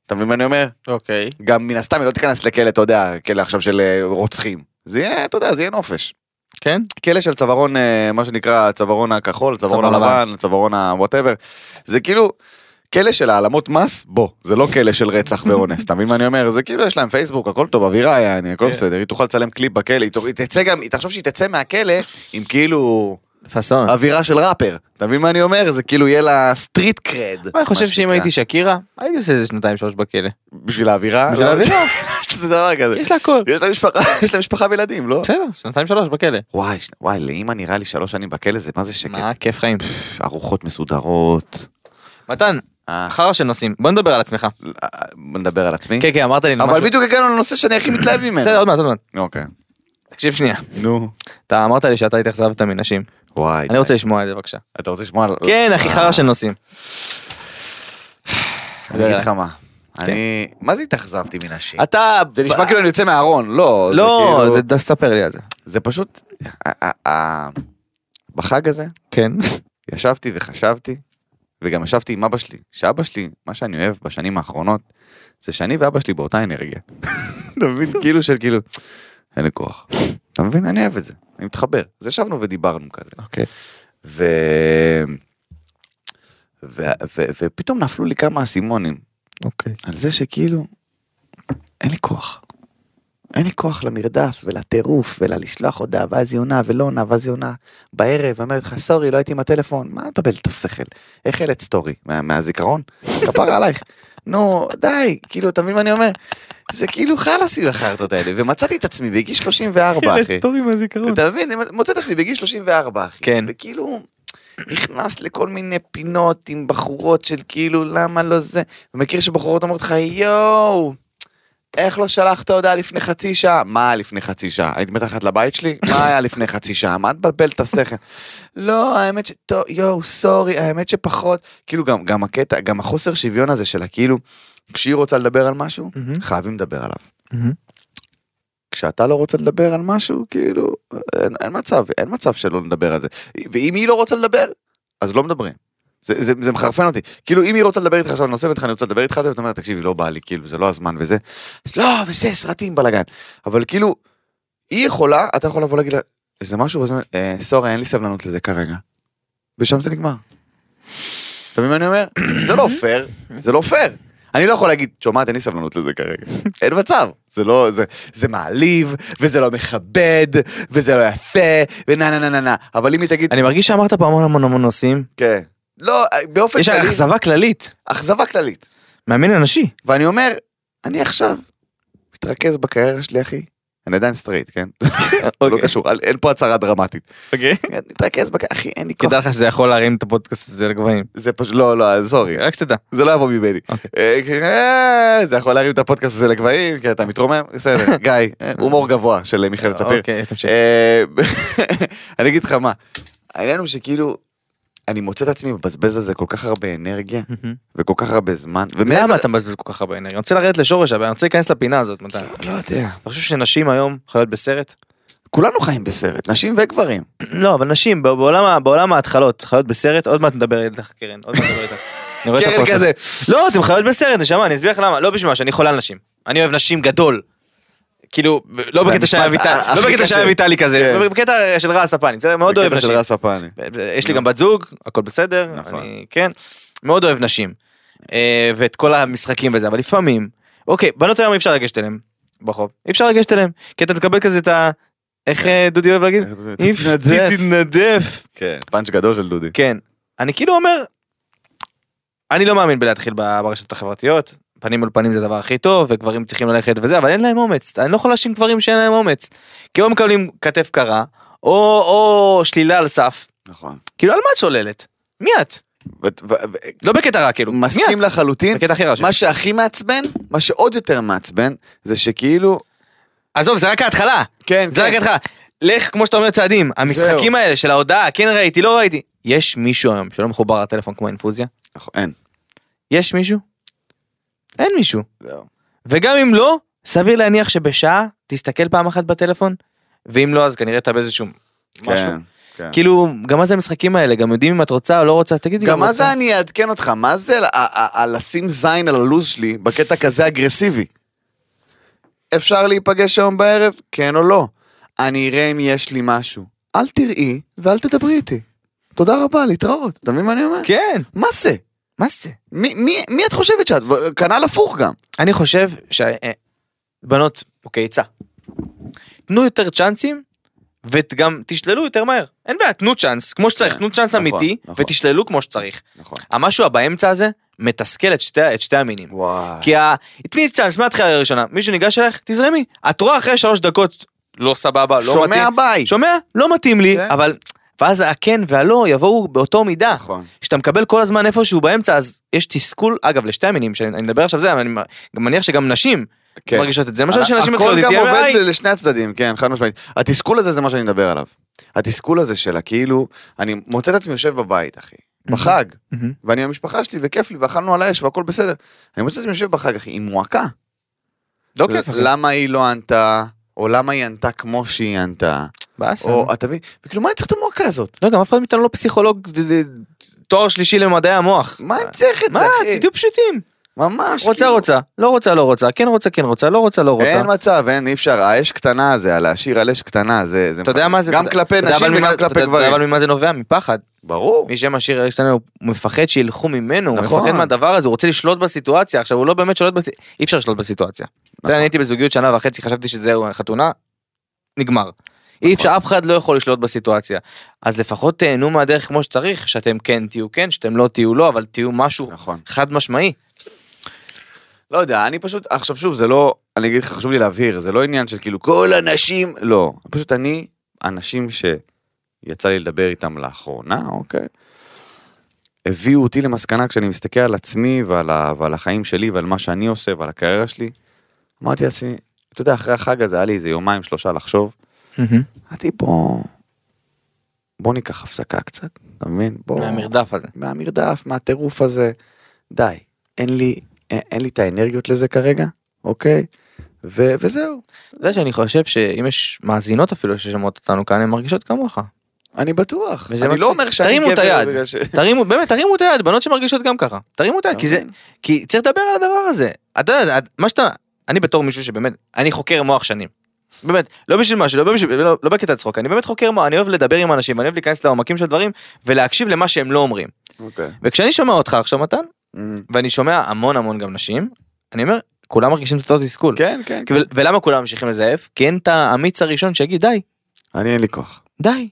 Speaker 2: אתה מבין מה אני אומר?
Speaker 5: אוקיי.
Speaker 2: גם מן הסתם היא לא תיכנס לכלא, אתה יודע, כלא עכשיו של אה, רוצחים. זה יהיה, אתה יודע, זה יהיה נופש.
Speaker 3: כן?
Speaker 2: כלא של צווארון, אה, מה שנקרא הצווארון הכחול, צווארון
Speaker 3: צווארון
Speaker 2: הלבן, צווארון הוואטאבר. זה כאילו, כלא של העלמות מס, בוא, זה לא כלא של רצח ואונס, אתה מבין מה אני אומר? זה כאילו יש להם פייסבוק, הכל טוב, אווירה יעני, הכל
Speaker 3: כן.
Speaker 2: בסדר, היא תוכל לצלם קליפ בכלא, היא תוכל- היא תצא גם, היא תחשוב שהיא תצא מהכלא עם כאילו
Speaker 3: פאסון.
Speaker 2: אווירה של ראפר, אתה מבין מה אני אומר? זה כאילו יהיה לה סטריט קרד.
Speaker 3: אני
Speaker 2: מה
Speaker 3: חושב שאם
Speaker 2: שנקרא.
Speaker 3: הייתי שקירה, הייתי עושה איזה שנתיים שלוש בכלא.
Speaker 2: בשביל האווירה?
Speaker 3: בשביל
Speaker 2: לא,
Speaker 3: האווירה.
Speaker 2: <laughs> יש לזה דבר כזה.
Speaker 3: יש לה הכל.
Speaker 2: יש לה משפחה, <laughs> יש לה משפחה וילדים, לא?
Speaker 3: בסדר, שנתיים שלוש בכלא.
Speaker 2: וואי, ש- וואי, לאמא נראה לי שלוש שנים בכלא זה מה זה שקט.
Speaker 3: מה, כיף חיים.
Speaker 2: ארוחות מסודרות.
Speaker 3: מתן,
Speaker 2: אה,
Speaker 3: חרא של נושאים, בוא נדבר על עצמך.
Speaker 2: אה, בוא נדבר על עצמי.
Speaker 5: כן, כן, אמרת לי משהו.
Speaker 2: אבל בדיוק הגענו לנושא שאני הכי מתלהב ממנו.
Speaker 3: בסדר, עוד מעט, עוד מעט.
Speaker 2: אוקיי.
Speaker 3: תקשיב שנייה,
Speaker 2: נו.
Speaker 3: אתה אמרת לי שאתה התאכזבת מנשים.
Speaker 2: וואי.
Speaker 3: אני רוצה לשמוע את זה בבקשה.
Speaker 2: אתה רוצה לשמוע על...
Speaker 3: כן, הכי חרא של נושאים.
Speaker 2: אני אגיד לך מה. אני... מה זה התאכזבתי מנשים?
Speaker 3: אתה...
Speaker 2: זה נשמע כאילו אני יוצא מהארון, לא. זה
Speaker 3: לא,
Speaker 2: כאילו-
Speaker 3: ת- ת- ספר לי על זה.
Speaker 2: זה פשוט... ה- ה- ה- בחג הזה
Speaker 3: כן.
Speaker 2: ישבתי וחשבתי, וגם ישבתי עם אבא שלי, שאבא שלי, מה שאני אוהב בשנים האחרונות, זה שאני ואבא שלי באותה אנרגיה. <laughs> אתה מבין? כאילו של כאילו, אין לי כוח. אתה מבין? אני אוהב את זה, אני מתחבר. אז ישבנו ודיברנו כזה.
Speaker 3: אוקיי.
Speaker 2: ו... ו... ו... ופתאום נפלו לי כמה אסימונים
Speaker 3: אוקיי.
Speaker 2: על זה שכאילו אין לי כוח. אין לי כוח למרדף ולטירוף וללשלוח הודעה ואז היא עונה ולא עונה ואז היא עונה בערב אומרת לך סורי לא הייתי עם הטלפון מה מבלבל את השכל איך העלית סטורי מה, מהזיכרון כפרה <laughs> עלייך נו די כאילו אתה מבין מה אני אומר זה כאילו חלאס עם החרטות האלה ומצאתי את עצמי בגיל 34 אחי
Speaker 3: מהזיכרון.
Speaker 2: אתה מבין, אני מוצא את עצמי בגיל 34, אחי.
Speaker 3: כן.
Speaker 2: וכאילו, נכנס לכל מיני פינות עם בחורות של כאילו, למה לא זה? ומכיר שבחורות אומרות לך, יואו, איך לא שלחת הודעה לפני חצי שעה? מה היה לפני חצי שעה? היית מתחת לבית שלי? מה היה לפני חצי שעה? מה את מבלבלת את השכל? לא, האמת ש... טוב, יואו, סורי, האמת שפחות. כאילו, גם, גם הקטע, גם החוסר שוויון הזה שלה, כאילו, כשהיא רוצה לדבר על משהו,
Speaker 3: מהמם.
Speaker 2: חייבים לדבר עליו.
Speaker 3: מהמם.
Speaker 2: כשאתה לא רוצה לדבר על משהו, כאילו, אין, אין מצב, אין מצב שלא נדבר על זה. ואם היא לא רוצה לדבר, אז לא מדברים. זה, זה, זה מחרפן אותי. כאילו, אם היא רוצה לדבר איתך עכשיו על נושא ואיתך, אני רוצה לדבר איתך על זה, ואתה אומר, תקשיבי, לא בא לי, כאילו, זה לא הזמן וזה. אז לא, וזה, סרטים, בלאגן. אבל כאילו, היא יכולה, אתה יכול לבוא להגיד לה, איזה משהו, ואז היא אומרת, "אה, סורי, אין לי סבלנות לזה כרגע. ושם זה נגמר. אתה מבין מה אני אומר? זה לא פייר, זה לא פייר. אני לא יכול להגיד, שומעת, אין לי סבלנות לזה כרגע. אין מצב. זה לא, זה, זה מעליב, וזה לא מכבד, וזה לא יפה, ונה נה נה נה נה. אבל אם היא תגיד,
Speaker 3: אני מרגיש שאמרת פה המון המון המון נושאים.
Speaker 2: כן. לא, באופן
Speaker 3: יש
Speaker 2: כללי,
Speaker 3: אכזבה כללית.
Speaker 2: אכזבה כללית.
Speaker 3: מאמין אנשי.
Speaker 2: ואני אומר, אני עכשיו מתרכז בקריירה שלי, אחי. אני עדיין סטרייט, כן? לא
Speaker 3: אוקיי.
Speaker 2: קשור, אין- אין פה הצהרה דרמטית.
Speaker 3: אוקיי.
Speaker 2: אני מתרכז בקריירה, אחי, אין לי כוח.
Speaker 3: כדאי לך שזה יכול להרים את הפודקאסט הזה לגבהים.
Speaker 2: זה פשוט, לא, לא, סורי,
Speaker 3: רק שתדע.
Speaker 2: זה לא יבוא ממני.
Speaker 3: אוקיי.
Speaker 2: אה, כן, אה, זה יכול להרים את הפודקאסט הזה לגבהים, כי אתה מתרומם,
Speaker 3: <laughs>
Speaker 2: בסדר, גיא, אה, הומור גבוה של מיכאל צפיר.
Speaker 3: אוקיי, תמשיך.
Speaker 2: אה, <laughs> אני אגיד לך מה, העניין הוא שכאילו, אני מוצא את עצמי מבזבז על זה כל כך הרבה אנרגיה,
Speaker 3: מהמם.
Speaker 2: וכל כך הרבה זמן, ומעבר-
Speaker 3: למה אתה מבזבז כל כך הרבה אנרגיה? אני רוצה לרדת לשורש הבעיה, אני רוצה להיכנס לפינה הזאת מתן. אתה
Speaker 2: לא יודע.
Speaker 3: חושב שנשים היום חיות בסרט?
Speaker 2: כולנו חיים בסרט, נשים וגברים.
Speaker 3: <clears throat> לא, אבל נשים, בע- בעולם ה- בעולם ההתחלות, חיות בסרט, עוד מעט נדבר איתך קרן, עוד מעט נדבר איתך. <laughs> אני רואה את
Speaker 2: קרן
Speaker 3: הפרצוף.
Speaker 2: כזה.
Speaker 3: לא, אתם חיות בסרט, נשמה, אני אסביר לך למה. לא בשביל מה, שאני חולה על נשים. אני אוהב נשים גדול. כאילו, ב- לא בקטע
Speaker 2: המשפט
Speaker 3: של אביטל,
Speaker 2: ה-
Speaker 3: לא
Speaker 2: הכי
Speaker 3: בקטע
Speaker 2: קשה.
Speaker 3: של אביטלי כזה,
Speaker 2: כן.
Speaker 3: בקטע של רעס הפנים, בסדר? מאוד אוהב
Speaker 2: בקטע
Speaker 3: נשים.
Speaker 2: של רס הפאני.
Speaker 3: יש לי גם בת זוג, הכל בסדר,
Speaker 2: נכון.
Speaker 3: אני כן, מאוד אוהב נשים. אה, ואת כל המשחקים וזה, אבל לפעמים, אוקיי, בנות היום אי אפשר לגשת אליהם ברחוב, אי אפשר לגשת אליהם, כי אתה תקבל כזה את ה... איך אה, דודי אוהב להגיד? אי אפ- תתנדף.
Speaker 2: כן, פאנץ' גדול של דודי.
Speaker 3: כן, אני כאילו אומר, אני לא מאמין בלהתחיל ב- ברשתות החברתיות, פנים מול פנים זה הדבר הכי טוב, וגברים צריכים ללכת וזה, אבל אין להם אומץ, אני לא יכול להאשים גברים שאין להם אומץ, כי או מקבלים כתף קרה, או, או שלילה על סף,
Speaker 2: נכון.
Speaker 3: כאילו על מה את שוללת? מי את?
Speaker 2: ו- ו- ו-
Speaker 3: לא בקטע רע כאילו,
Speaker 2: מסכים
Speaker 3: מי את?
Speaker 2: לחלוטין.
Speaker 3: בקטע הכי רע שלי.
Speaker 2: מה שהכי מעצבן, מה שעוד יותר מעצבן, זה שכאילו...
Speaker 3: עזוב זה רק ההתחלה,
Speaker 2: כן,
Speaker 3: זה רק ההתחלה. לך כמו שאתה אומר צעדים, המשחקים האלה של ההודעה, כן ראיתי, לא ראיתי. יש מישהו היום שלא מחובר לטלפון כמו אינפוזיה?
Speaker 2: נכון, אין.
Speaker 3: יש מישהו? אין מישהו.
Speaker 2: זהו.
Speaker 3: וגם אם לא, סביר להניח שבשעה תסתכל פעם אחת בטלפון, ואם לא אז כנראה אתה באיזשהו משהו.
Speaker 2: כן, כן.
Speaker 3: כאילו, גם מה זה המשחקים האלה, גם יודעים אם את רוצה או לא רוצה, תגידי
Speaker 2: גם מה
Speaker 3: רוצה.
Speaker 2: זה אני אעדכן אותך, מה זה ה- ה- ה- לשים זין על הלו"ז שלי בקטע כזה אגרסיבי? אפשר להיפגש היום בערב? כן או לא? אני אראה אם יש לי משהו. אל תראי ואל תדברי איתי. תודה רבה, להתראות. אתה מבין מה אני אומר?
Speaker 3: כן,
Speaker 2: מה זה?
Speaker 3: מה זה?
Speaker 2: מי- מי מי את חושבת שאת? ו- כנ"ל הפוך גם.
Speaker 3: אני חושב שבנות, אוקיי, עצה. תנו יותר צ'אנסים, וגם תשללו יותר מהר. אין בעיה, תנו צ'אנס, כמו שצריך,
Speaker 2: כן,
Speaker 3: תנו צ'אנס
Speaker 2: נכון,
Speaker 3: אמיתי,
Speaker 2: נכון.
Speaker 3: ותשללו כמו שצריך.
Speaker 2: נכון.
Speaker 3: המשהו הבאמצע הזה, מתסכל את שתי- את שתי המינים.
Speaker 2: וואי.
Speaker 3: כי ה... תני צ'אנס מההתחלה הראשונה, מישהו ניגש אלייך, תזרמי. את רואה אחרי שלוש דקות, לא סבבה, לא מתאים.
Speaker 2: שומע ביי.
Speaker 3: שומע? לא מתאים לי,
Speaker 2: כן.
Speaker 3: אבל... ואז הכן והלא יבואו באותו מידה.
Speaker 2: נכון.
Speaker 3: כשאתה מקבל כל הזמן איפשהו באמצע אז יש תסכול אגב לשתי המינים שאני אני מדבר עכשיו זה אבל אני מ- גם מניח שגם נשים
Speaker 2: כן.
Speaker 3: מרגישות את זה. למשל, שנשים
Speaker 2: הכל
Speaker 3: מתחילות
Speaker 2: גם
Speaker 3: איתי
Speaker 2: עובד
Speaker 3: MRI.
Speaker 2: ל- לשני הצדדים, כן, חד משמעית. התסכול הזה זה מה שאני מדבר עליו. התסכול הזה של הכאילו, אני מוצא את עצמי יושב בבית, אחי, בחג,
Speaker 3: מהמם.
Speaker 2: ואני עם המשפחה שלי, וכיף לי, ואכלנו על האש והכל בסדר. אני מוצא את עצמי יושב בחג, אחי, עם מועקה.
Speaker 3: לא כיף, אחי.
Speaker 2: למה היא לא ענתה, או למה היא ענתה כמו שהיא ענתה,
Speaker 3: באסה.
Speaker 2: או אתה מבין, וכאילו מה אני צריך את המועקה הזאת?
Speaker 3: לא, גם אף אחד מאיתנו לא פסיכולוג, זה- זה- תואר שלישי למדעי המוח. אה,
Speaker 2: מה אני צריך את זה,
Speaker 3: מה,
Speaker 2: אחי?
Speaker 3: ציטוט פשוטים.
Speaker 2: ממש,
Speaker 3: רוצה,
Speaker 2: כאילו.
Speaker 3: רוצה. לא רוצה, לא רוצה. כן רוצה, כן רוצה. לא רוצה, לא רוצה.
Speaker 2: אין מצב, אין, אי אפשר, האש קטנה הזה, על השיר על אש קטנה, זה... זה
Speaker 3: אתה יודע
Speaker 2: מפחיד.
Speaker 3: מה זה?
Speaker 2: גם
Speaker 3: אתה-
Speaker 2: כלפי
Speaker 3: אתה יודע,
Speaker 2: נשים
Speaker 3: אבל ממה-
Speaker 2: וגם
Speaker 3: אתה-
Speaker 2: כלפי
Speaker 3: אתה-
Speaker 2: גברים.
Speaker 3: אבל ממה זה נובע? מפחד.
Speaker 2: ברור.
Speaker 3: מי שמשאיר אלכס טנר הוא מפחד שילכו ממנו, הוא
Speaker 2: נכון.
Speaker 3: מפחד מהדבר הזה, הוא רוצה לשלוט בסיטואציה, עכשיו הוא לא באמת שולט, בס- אי אפשר לשלוט בסיטואציה. אתה יודע, אני הייתי בזוגיות שנה וחצי, חשבתי שזהו חתונה, נגמר. אי אפשר, אף אחד לא יכול לשלוט בסיטואציה. אז לפחות תהנו מהדרך כמו שצריך, שאתם כן תהיו כן, שאתם לא תהיו לא, אבל תהיו משהו
Speaker 2: נכון.
Speaker 3: חד משמעי.
Speaker 2: לא יודע, אני פשוט, עכשיו שוב, זה לא, אני אגיד לך, חשוב לי להבהיר, זה לא עניין של כאילו כל הנשים, לא. פשוט אני, אנשים שיצא לי לדבר איתם לאחרונה, אוקיי? הביאו אותי למסקנה כשאני מסתכל על עצמי ועל, ה, ועל החיים שלי ועל מה שאני עושה ועל הקריירה שלי. אמרתי לעצמי, אתה יודע, אחרי החג הזה היה לי איזה יומיים שלושה לחשוב, אמרתי בוא, בוא ניקח הפסקה קצת, אתה מבין? בוא,
Speaker 3: מהמרדף הזה.
Speaker 2: מהמרדף, מהטירוף הזה, די, אין לי, אין, אין לי את האנרגיות לזה כרגע, אוקיי? ו, וזהו,
Speaker 3: אתה יודע שאני חושב שאם יש מאזינות אפילו ששומעות אותנו כאן, הן מרגישות כמוך.
Speaker 2: אני בטוח.
Speaker 3: וזה
Speaker 2: אני
Speaker 3: מצחיק.
Speaker 2: לא אומר שאני
Speaker 3: תרימו את היד.
Speaker 2: בגלל ש...
Speaker 3: תרימו, באמת, תרימו את היד, בנות שמרגישות גם ככה. תרימו את היד, כן, כי זה, כי צריך לדבר על הדבר הזה. אתה יודע, את- מה שאתה, אני בתור מישהו שבאמת, אני חוקר מוח שנים. באמת, לא בשביל משהו, לא, בשביל, לא, לא בקטע צחוק, אני באמת חוקר מוח, אני אוהב לדבר עם אנשים, אני אוהב להיכנס לעומקים של דברים ולהקשיב למה שהם לא אומרים.
Speaker 2: אוקיי.
Speaker 3: וכשאני שומע אותך עכשיו מתן,
Speaker 2: אמ,
Speaker 3: ואני שומע המון המון גם נשים, אני אומר, כולם מרגישים את אותו תסכול.
Speaker 2: כן, כן,
Speaker 3: כי- ו- ולמה כולם ממשיכים לזייף? כי אין את האמיץ הראשון שיגיד די,
Speaker 2: כן. אני אין לי כוח.
Speaker 3: די.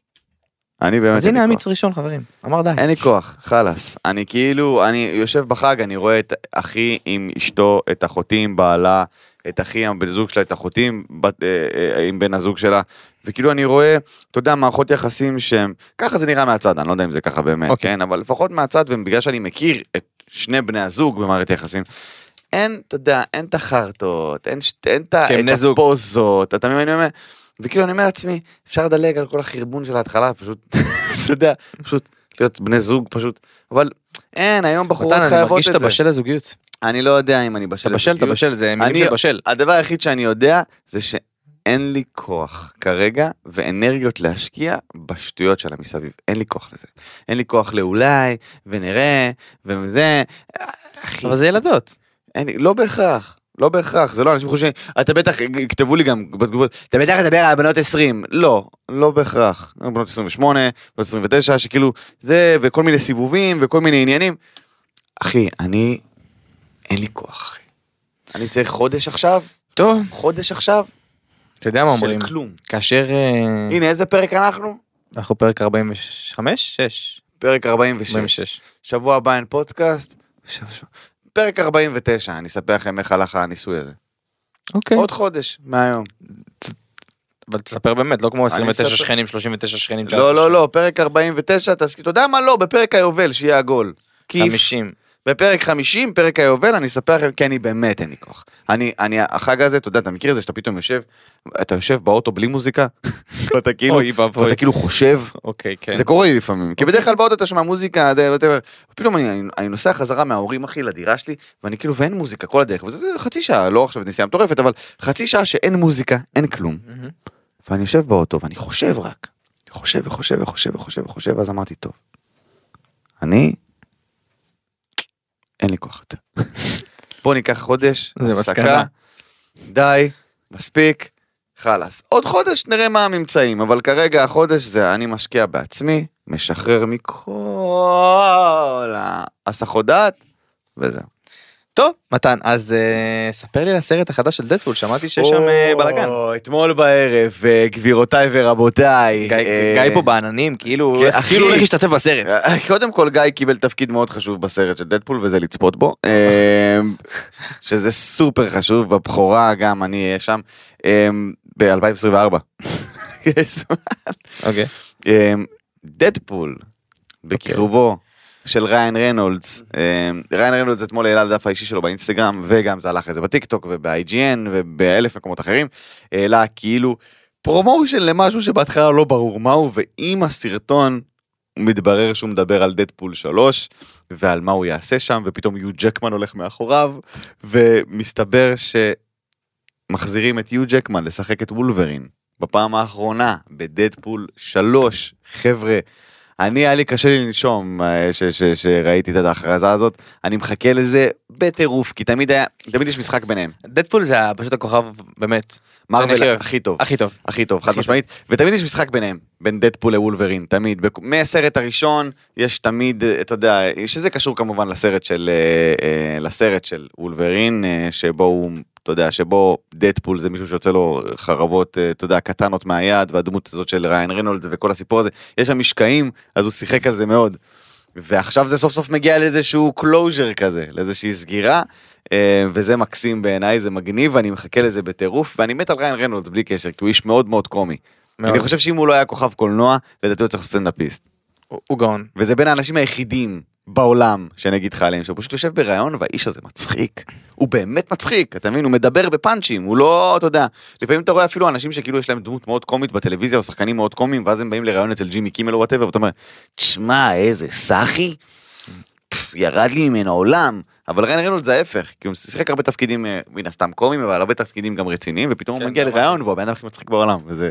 Speaker 2: אני באמת
Speaker 3: אז
Speaker 2: אין לי
Speaker 3: הנה
Speaker 2: כוח.
Speaker 3: האמיץ הראשון חברים, אמר די.
Speaker 2: אין לי כוח, חלאס. אני כאילו, אני יושב בחג, אני רואה את אחי עם אשתו, את אחותי עם בעלה, את אחי עם בן זוג שלה, את אחותי עם, בת, אה, אה, עם בן הזוג שלה, וכאילו אני רואה, אתה יודע, מערכות יחסים שהם, ככה זה נראה מהצד, אני לא יודע אם זה ככה באמת, okay.
Speaker 3: אוקיי.
Speaker 2: כן, אבל לפחות מהצד, ובגלל שאני מכיר את שני בני הזוג במערכת יחסים, אין, אתה יודע, אין את החרטות, אין, ש- אין את ה-
Speaker 3: כי הם
Speaker 2: את
Speaker 3: כן, בני זוג.
Speaker 2: הפוזות, אתה מבין מה אני אומר? וכאילו אני אומר לעצמי, אפשר לדלג על כל החרבון של ההתחלה, פשוט, אתה יודע, פשוט להיות בני זוג פשוט, אבל אין, היום בחורות
Speaker 3: מתן, אני
Speaker 2: חייבות
Speaker 3: מרגיש
Speaker 2: את
Speaker 3: שאתה
Speaker 2: זה.
Speaker 3: בשל לזוגיות.
Speaker 2: אני לא יודע אם אני בשל.
Speaker 3: אתה בשל, אתה
Speaker 2: לזוגיות.
Speaker 3: בשל, זה
Speaker 2: אני-
Speaker 3: מילים של בשל.
Speaker 2: הדבר היחיד שאני יודע זה שאין לי כוח כרגע ואנרגיות להשקיע בשטויות של המסביב. אין לי כוח לזה. אין לי כוח לאולי, ונראה, וזה. אחי,
Speaker 3: אבל זה ילדות.
Speaker 2: אין לי, לא בהכרח. לא בהכרח, זה לא אנשים חושבים, אתה בטח, אה, כתבו לי גם בתגובות, אתה בטח מדבר על בנות 20, לא, לא בהכרח, בנות 28, בנות 29, שכאילו, זה, וכל מיני סיבובים, וכל מיני עניינים. אחי, אני, אין לי כוח, אחי. אני צריך חודש עכשיו,
Speaker 3: טוב,
Speaker 2: חודש עכשיו
Speaker 3: אתה יודע מה אומרים,
Speaker 2: של כלום.
Speaker 3: כאשר אה,
Speaker 2: הנה איזה פרק אנחנו?
Speaker 3: אנחנו פרק 45? 6?
Speaker 2: פרק 46.
Speaker 3: 46.
Speaker 2: שבוע הבא אין פודקאסט. שבוע- שבוע- פרק 49, אני אספר לכם איך הלך הניסוי הזה.
Speaker 3: אוקיי.
Speaker 2: עוד חודש מהיום.
Speaker 3: אבל תספר באמת, לא כמו 29
Speaker 2: מספר.
Speaker 3: שכנים, 39 שכנים, 19
Speaker 2: לא, לא,
Speaker 3: שכנים.
Speaker 2: לא, פרק 49, תסכים, אתה יודע מה? לא, בפרק היובל, שיהיה עגול. כיף.
Speaker 3: 50.
Speaker 2: בפרק 50, פרק היובל, אני אספר לכם, כי אני באמת אין לי כוח. אני, אני, החג הזה, אתה יודע, אתה מכיר את זה שאתה פתאום יושב, אתה יושב באוטו בלי מוזיקה, <laughs> ואתה כאילו,
Speaker 3: אוי, ואבוי.
Speaker 2: ואתה כאילו חושב,
Speaker 3: אוקיי, כן.
Speaker 2: זה קורה לי לפעמים, כי בדרך כלל באוטו אתה שומע מוזיקה, זה- whatever. פתאום אני- אני- אני נוסע חזרה מההורים אחי לדירה שלי, ואני כאילו ואין מוזיקה כל הדרך, וזה זה חצי שעה, לא עכשיו נסיעה מטורפת, אבל חצי שעה שאין מוזיקה, אין כלום.
Speaker 3: מהמם.
Speaker 2: ואני יושב באוטו ואני חושב רק, אני חושב וחושב וחושב וחושב וחושב, ואז אמרתי, טוב, אני, אין לי כוח יותר. <laughs> בוא ניקח חודש,
Speaker 3: זה
Speaker 2: הפסקה,
Speaker 3: מסקנה.
Speaker 2: די, מספיק, חלאס. עוד חודש נראה מה הממצאים, אבל כרגע החודש זה אני משקיע בעצמי, משחרר מכל ההסחות דעת, וזהו.
Speaker 3: טוב, מתן, אז אה, ספר לי על הסרט החדש של דדפול, שמעתי שיש שם אה, בלאגן.
Speaker 2: או, אתמול בערב, אה, גבירותיי ורבותיי.
Speaker 3: גיא-
Speaker 2: אה,
Speaker 3: גיא פה בעננים, כאילו,
Speaker 2: כן, אחי.
Speaker 3: כאילו הולך להשתתף בסרט.
Speaker 2: אה, קודם כל גיא קיבל תפקיד מאוד חשוב בסרט של דדפול וזה לצפות בו אה, שזה סופר חשוב בבכורה גם אני אהיה שם אמ, ב-2024. <laughs> יש זמן.
Speaker 3: אוקיי.
Speaker 2: אמ, דדפול בקירובו של ריין רנולדס. אה, ריין רנולדס אתמול העלה לדף האישי שלו באינסטגרם, וגם זה הלך לזה בטיקטוק וב-IGN ובאלף מקומות אחרים. העלה כאילו פרומושן למשהו שבהתחלה לא ברור מהו, ועם הסרטון מתברר שהוא מדבר על דדפול 3, ועל מה הוא יעשה שם, ופתאום יו ג'קמן הולך מאחוריו, ומסתבר שמחזירים את יו ג'קמן לשחק את וולברין. בפעם האחרונה, בדדפול 3, חבר'ה, אני, היה לי קשה לי לנשום אה, ש- ש- שראיתי את ההכרזה הזאת, אני מחכה לזה בטירוף, כי תמיד היה, תמיד יש משחק ביניהם.
Speaker 3: דדפול זה ה- פשוט הכוכב באמת הכי
Speaker 2: מרוויל
Speaker 3: אוהב.
Speaker 2: הכי טוב.
Speaker 3: הכי טוב.
Speaker 2: הכי טוב, חד
Speaker 3: הכי
Speaker 2: משמעית, ותמיד יש משחק ביניהם, בין דדפול לוולברין, תמיד. בכ- מהסרט הראשון יש תמיד, אה, אתה יודע, אה, שזה קשור כמובן לסרט של, אה, אה, לסרט של וולברין, אה, שבו הוא, אתה יודע, שבו דדפול זה מישהו שיוצא לו חרבות, אה, אתה יודע, קטנות מהיד, והדמות הזאת של ריין רינולד וכל הסיפור הזה, יש שם משקעים, אז הוא שיחק על זה מאוד. ועכשיו זה סוף סוף מגיע לאיזשהו קלוז'ר כזה, לאיזושהי סגירה, אה, וזה מקסים בעיניי, זה מגניב, ואני מחכה לזה בטירוף, ואני מת על ריין רנולדס בלי קשר, כי הוא איש מאוד מאוד קומי.
Speaker 3: מאוד.
Speaker 2: אני חושב שאם הוא לא היה כוכב קולנוע, לדעתי הוא צריך להיות סטנדאפיסט.
Speaker 3: הוא- הוא גאון.
Speaker 2: וזה בין האנשים היחידים בעולם שאני אגיד לך עליהם, שהוא פשוט יושב בריאיון והאיש הזה מצחיק. הוא באמת מצחיק, אתה מבין? הוא מדבר בפאנצ'ים, הוא לא, אתה יודע, לפעמים אתה רואה אפילו אנשים שכאילו יש להם דמות מאוד קומית בטלוויזיה או שחקנים מאוד קומיים, ואז הם באים לראיון אצל ג'ימי קימל או וואטאבר, ואתה אומר, תשמע, איזה סאחי, פף, ירד לי ממנו עולם, אבל ריין רנולד זה ההפך, כי הוא שיחק הרבה תפקידים, אה, מן הסתם קומיים, אבל הרבה תפקידים גם רציניים, ופתאום הוא
Speaker 3: כן,
Speaker 2: מגיע
Speaker 3: ממש.
Speaker 2: לראיון והוא הבן אדם הכי מצחיק בעולם, וזה...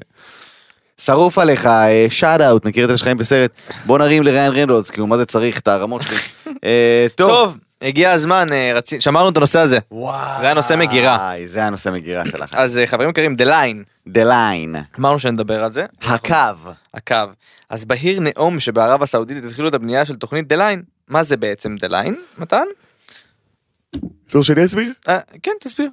Speaker 2: שרוף עליך, שאט אאוט, מכיר את השחיים בסרט, בוא נרים לריין רנולדס, כי הוא מה זה צריך את הרמות שלי. אה, טוב.
Speaker 3: טוב, הגיע הזמן, אה, רצי- שמרנו את הנושא הזה.
Speaker 2: וואי.
Speaker 3: זה היה נושא מגירה.
Speaker 2: זה היה נושא מגירה שלך.
Speaker 3: אז אה, חברים יקרים, The Line,
Speaker 2: The line.
Speaker 3: אמרנו שנדבר על זה.
Speaker 2: הקו.
Speaker 3: הקו. אז בעיר נאום שבערב הסעודית התחילו את הבנייה של תוכנית The Line. מה זה בעצם The Line, מתן?
Speaker 2: זו שאני אסביר?
Speaker 3: אה, כן, תסביר.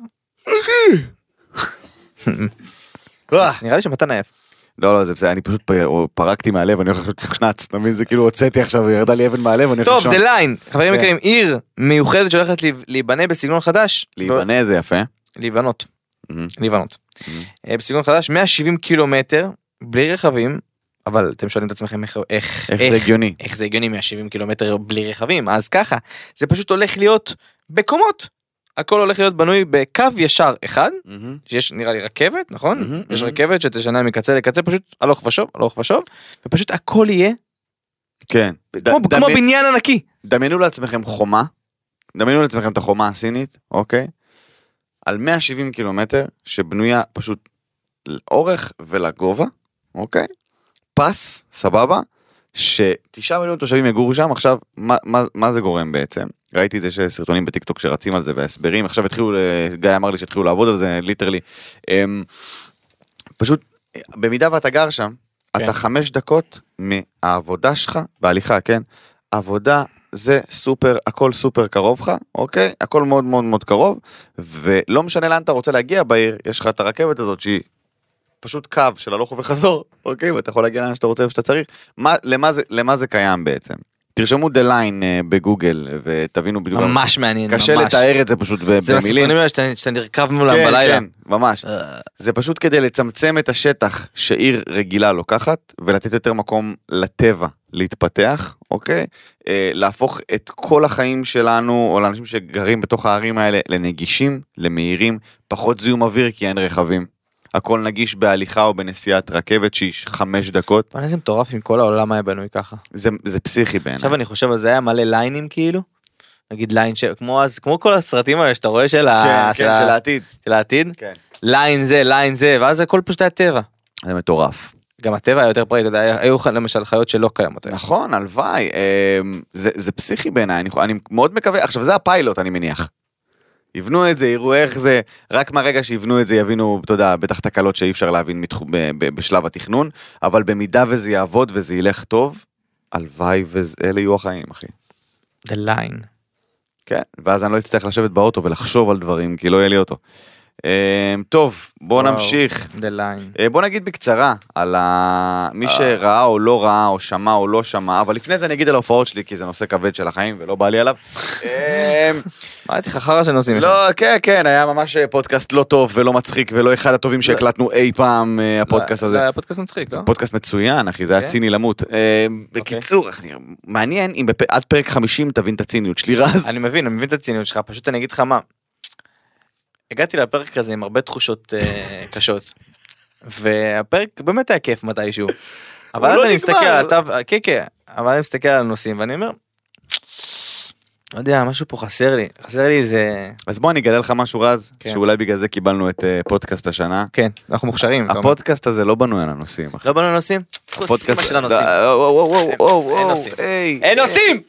Speaker 3: נראה לי שמתן עייף.
Speaker 2: אה. לא, לא, זה בסדר, אני פשוט פ- פרקתי מהלב, אני הולך לעשות שנץ, אתה מבין? זה כאילו הוצאתי עכשיו, ירדה לי אבן מהלב, אני הולך
Speaker 3: טוב,
Speaker 2: לישון.
Speaker 3: The Line, חברים
Speaker 2: כן.
Speaker 3: יקרים, עיר מיוחדת שהולכת להיב- להיבנה בסגנון חדש. לא,
Speaker 2: להיבנה זה יפה.
Speaker 3: להיבנות.
Speaker 2: מהמם.
Speaker 3: לבנות.
Speaker 2: Mm-hmm.
Speaker 3: אה, בסגנון חדש 170 קילומטר בלי רכבים אבל אתם שואלים את עצמכם איך איך
Speaker 2: איך זה הגיוני?
Speaker 3: איך זה הגיוני 170 קילומטר בלי רכבים אז ככה זה פשוט הולך להיות בקומות הכל הולך להיות בנוי בקו ישר אחד
Speaker 2: מהמם.
Speaker 3: שיש נראה לי רכבת נכון
Speaker 2: מהמם,
Speaker 3: יש
Speaker 2: מהמם.
Speaker 3: רכבת שתשנה מקצה לקצה פשוט הלוך ושוב הלוך ושוב ופשוט הכל יהיה
Speaker 2: כן. ד-
Speaker 3: כמו
Speaker 2: דמי-
Speaker 3: כמו בניין ענקי
Speaker 2: דמיינו לעצמכם חומה, דמיינו לעצמכם את החומה הסינית, אוקיי? על 170 קילומטר, שבנויה פשוט לאורך ולגובה, אוקיי? פס, סבבה? שתשעה מיליון תושבים יגורו שם, עכשיו, מה, מה, מה זה גורם בעצם? ראיתי את זה שיש סרטונים בטיקטוק שרצים על זה והסברים, עכשיו התחילו, ל- גיא אמר לי שהתחילו לעבוד על זה, ליטרלי. אמ, פשוט, במידה ואתה גר שם,
Speaker 3: כן.
Speaker 2: אתה חמש דקות מהעבודה שלך, בהליכה, כן? עבודה זה סופר, הכל סופר קרוב לך, אוקיי? הכל מאוד מאוד מאוד קרוב, ולא משנה לאן אתה רוצה להגיע בעיר, יש לך את הרכבת הזאת שהיא פשוט קו של הלוך וחזור, <laughs> אוקיי? ואתה יכול להגיע לאן שאתה רוצה, איפה שאתה צריך. מה, למה, זה, למה זה קיים בעצם? תרשמו The Line אה, בגוגל ותבינו בדיוק.
Speaker 3: ממש מעניין
Speaker 2: קשה
Speaker 3: ממש.
Speaker 2: לתאר את זה פשוט ב-
Speaker 3: זה
Speaker 2: במילים.
Speaker 3: מהסרטונים האלה שאתה שאתה נרכב מולם
Speaker 2: כן,
Speaker 3: בלילה
Speaker 2: כן, ממש.
Speaker 3: אה.
Speaker 2: זה פשוט כדי לצמצם את השטח שעיר רגילה לוקחת, ולתת יותר מקום לטבע להתפתח, אוקיי? אה, להפוך את כל החיים שלנו, או לאנשים שגרים בתוך הערים האלה, לנגישים, למהירים, פחות זיהום אוויר כי אין רכבים. הכל נגיש בהליכה או בנסיעת רכבת שהיא חמש דקות.
Speaker 3: וואלה, איזה מטורף אם כל העולם היה בנוי ככה.
Speaker 2: זה, זה פסיכי בעיניי.
Speaker 3: עכשיו אני חושב על זה היה מלא ליינים כאילו. נגיד ליין ש... כמו אז כמו כל הסרטים האלה שאתה רואה של, ה...
Speaker 2: כן,
Speaker 3: אה, של,
Speaker 2: כן,
Speaker 3: ה...
Speaker 2: של העתיד.
Speaker 3: של העתיד.
Speaker 2: כן.
Speaker 3: ליין זה ליין זה ואז הכל פשוט היה טבע.
Speaker 2: זה מטורף.
Speaker 3: גם הטבע היה יותר פראי, אתה יודע, היו ח- למשל חיות שלא קיימות היום.
Speaker 2: נכון, הלוואי. אמ, זה, זה פסיכי בעיניי, אני, אני מאוד מקווה. עכשיו, זה הפיילוט, אני מניח. יבנו את זה, יראו איך זה, רק מהרגע שיבנו את זה יבינו, אתה יודע, בטח תקלות שאי אפשר להבין מתחום, ב, ב, בשלב התכנון, אבל במידה וזה יעבוד וזה ילך טוב, הלוואי ואלה יהיו החיים, אחי.
Speaker 3: The line.
Speaker 2: כן, ואז אני לא אצטרך לשבת באוטו ולחשוב על דברים, כי לא יהיה לי אוטו. אה, טוב, בואו
Speaker 3: וואו.
Speaker 2: נמשיך.
Speaker 3: The line.
Speaker 2: אה, בוא נגיד בקצרה על ה...
Speaker 3: אה.
Speaker 2: מי שראה או לא ראה או שמע או לא שמע, אבל לפני זה אני אגיד על ההופעות שלי, כי זה נושא כבד של החיים ולא בא לי
Speaker 3: <laughs>
Speaker 2: עליו. אמ,
Speaker 3: אמרתי לך חרא של נושאים.
Speaker 2: לא, כן, כן, היה ממש אה, פודקאסט לא טוב ולא מצחיק ולא אחד הטובים שהקלטנו אי פעם, אה, הפודקאסט הזה.
Speaker 3: זה היה פודקאסט מצחיק, לא?
Speaker 2: פודקאסט מצוין, אחי, זה היה
Speaker 3: כן? אוקיי.
Speaker 2: ציני למות. אה, בקיצור, אחי, מעניין אם בפ- עד פרק 50 תבין את הציניות שלי רז.
Speaker 3: אני מבין, אני מבין את הציניות שלך, פשוט אני אגיד לך מה. הגעתי לפרק הזה עם הרבה תחושות אה, <laughs> קשות. והפרק באמת היה כיף מתישהו. אבל
Speaker 2: הוא
Speaker 3: אז
Speaker 2: לא נגמר.
Speaker 3: אני מסתכל על התו, כן כן, אבל אני מסתכל על הנושאים ואני אומר, לא יודע, משהו פה חסר לי, חסר לי איזה...
Speaker 2: אז בוא אני אגלה לך משהו רז,
Speaker 3: כן.
Speaker 2: שאולי בגלל זה קיבלנו את אה, פודקאסט השנה.
Speaker 3: כן, אנחנו מוכשרים. אתה אומר.
Speaker 2: הפודקאסט הזה לא בנוי על הנושאים, אחי.
Speaker 3: לא באנו לנושאים?
Speaker 2: הפודקאסט-
Speaker 3: פודקאסט של הנושאים.
Speaker 2: אה, וואו, וואו, וואו, וואו,
Speaker 3: אין
Speaker 2: וואו,
Speaker 3: נושאים.
Speaker 2: היי.
Speaker 3: אין נושאים!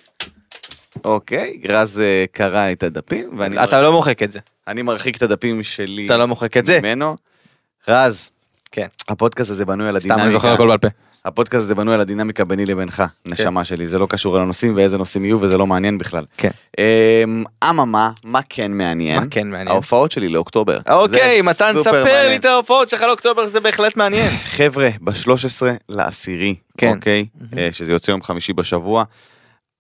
Speaker 2: אוקיי, רז אה, קרא את הדפים, ואני
Speaker 3: אתה לא מוחק את זה,
Speaker 2: אני מרחיק את הדפים שלי
Speaker 3: אתה לא מוחק את זה.
Speaker 2: ממנו. רז,
Speaker 3: כן.
Speaker 2: הפודקאסט הזה בנוי על
Speaker 3: סתם,
Speaker 2: הדינמיקה.
Speaker 3: אני זוכר הכל כן. בעל פה.
Speaker 2: הפודקאסט הזה בנוי על הדינמיקה ביני לבינך, נשמה שלי, זה לא קשור על הנושאים ואיזה נושאים יהיו וזה לא מעניין בכלל.
Speaker 3: כן.
Speaker 2: אמ, אממה, מה כן מעניין?
Speaker 3: מה כן מעניין?
Speaker 2: ההופעות שלי לאוקטובר.
Speaker 3: אוקיי,
Speaker 2: זה
Speaker 3: מתן,
Speaker 2: סופר
Speaker 3: ספר לי
Speaker 2: מעניין.
Speaker 3: את ההופעות שלך לאוקטובר, זה בהחלט מעניין.
Speaker 2: חבר'ה, ב-13 לעשירי,
Speaker 3: כן.
Speaker 2: אוקיי? אה, שזה יוצא יום חמישי בשבוע,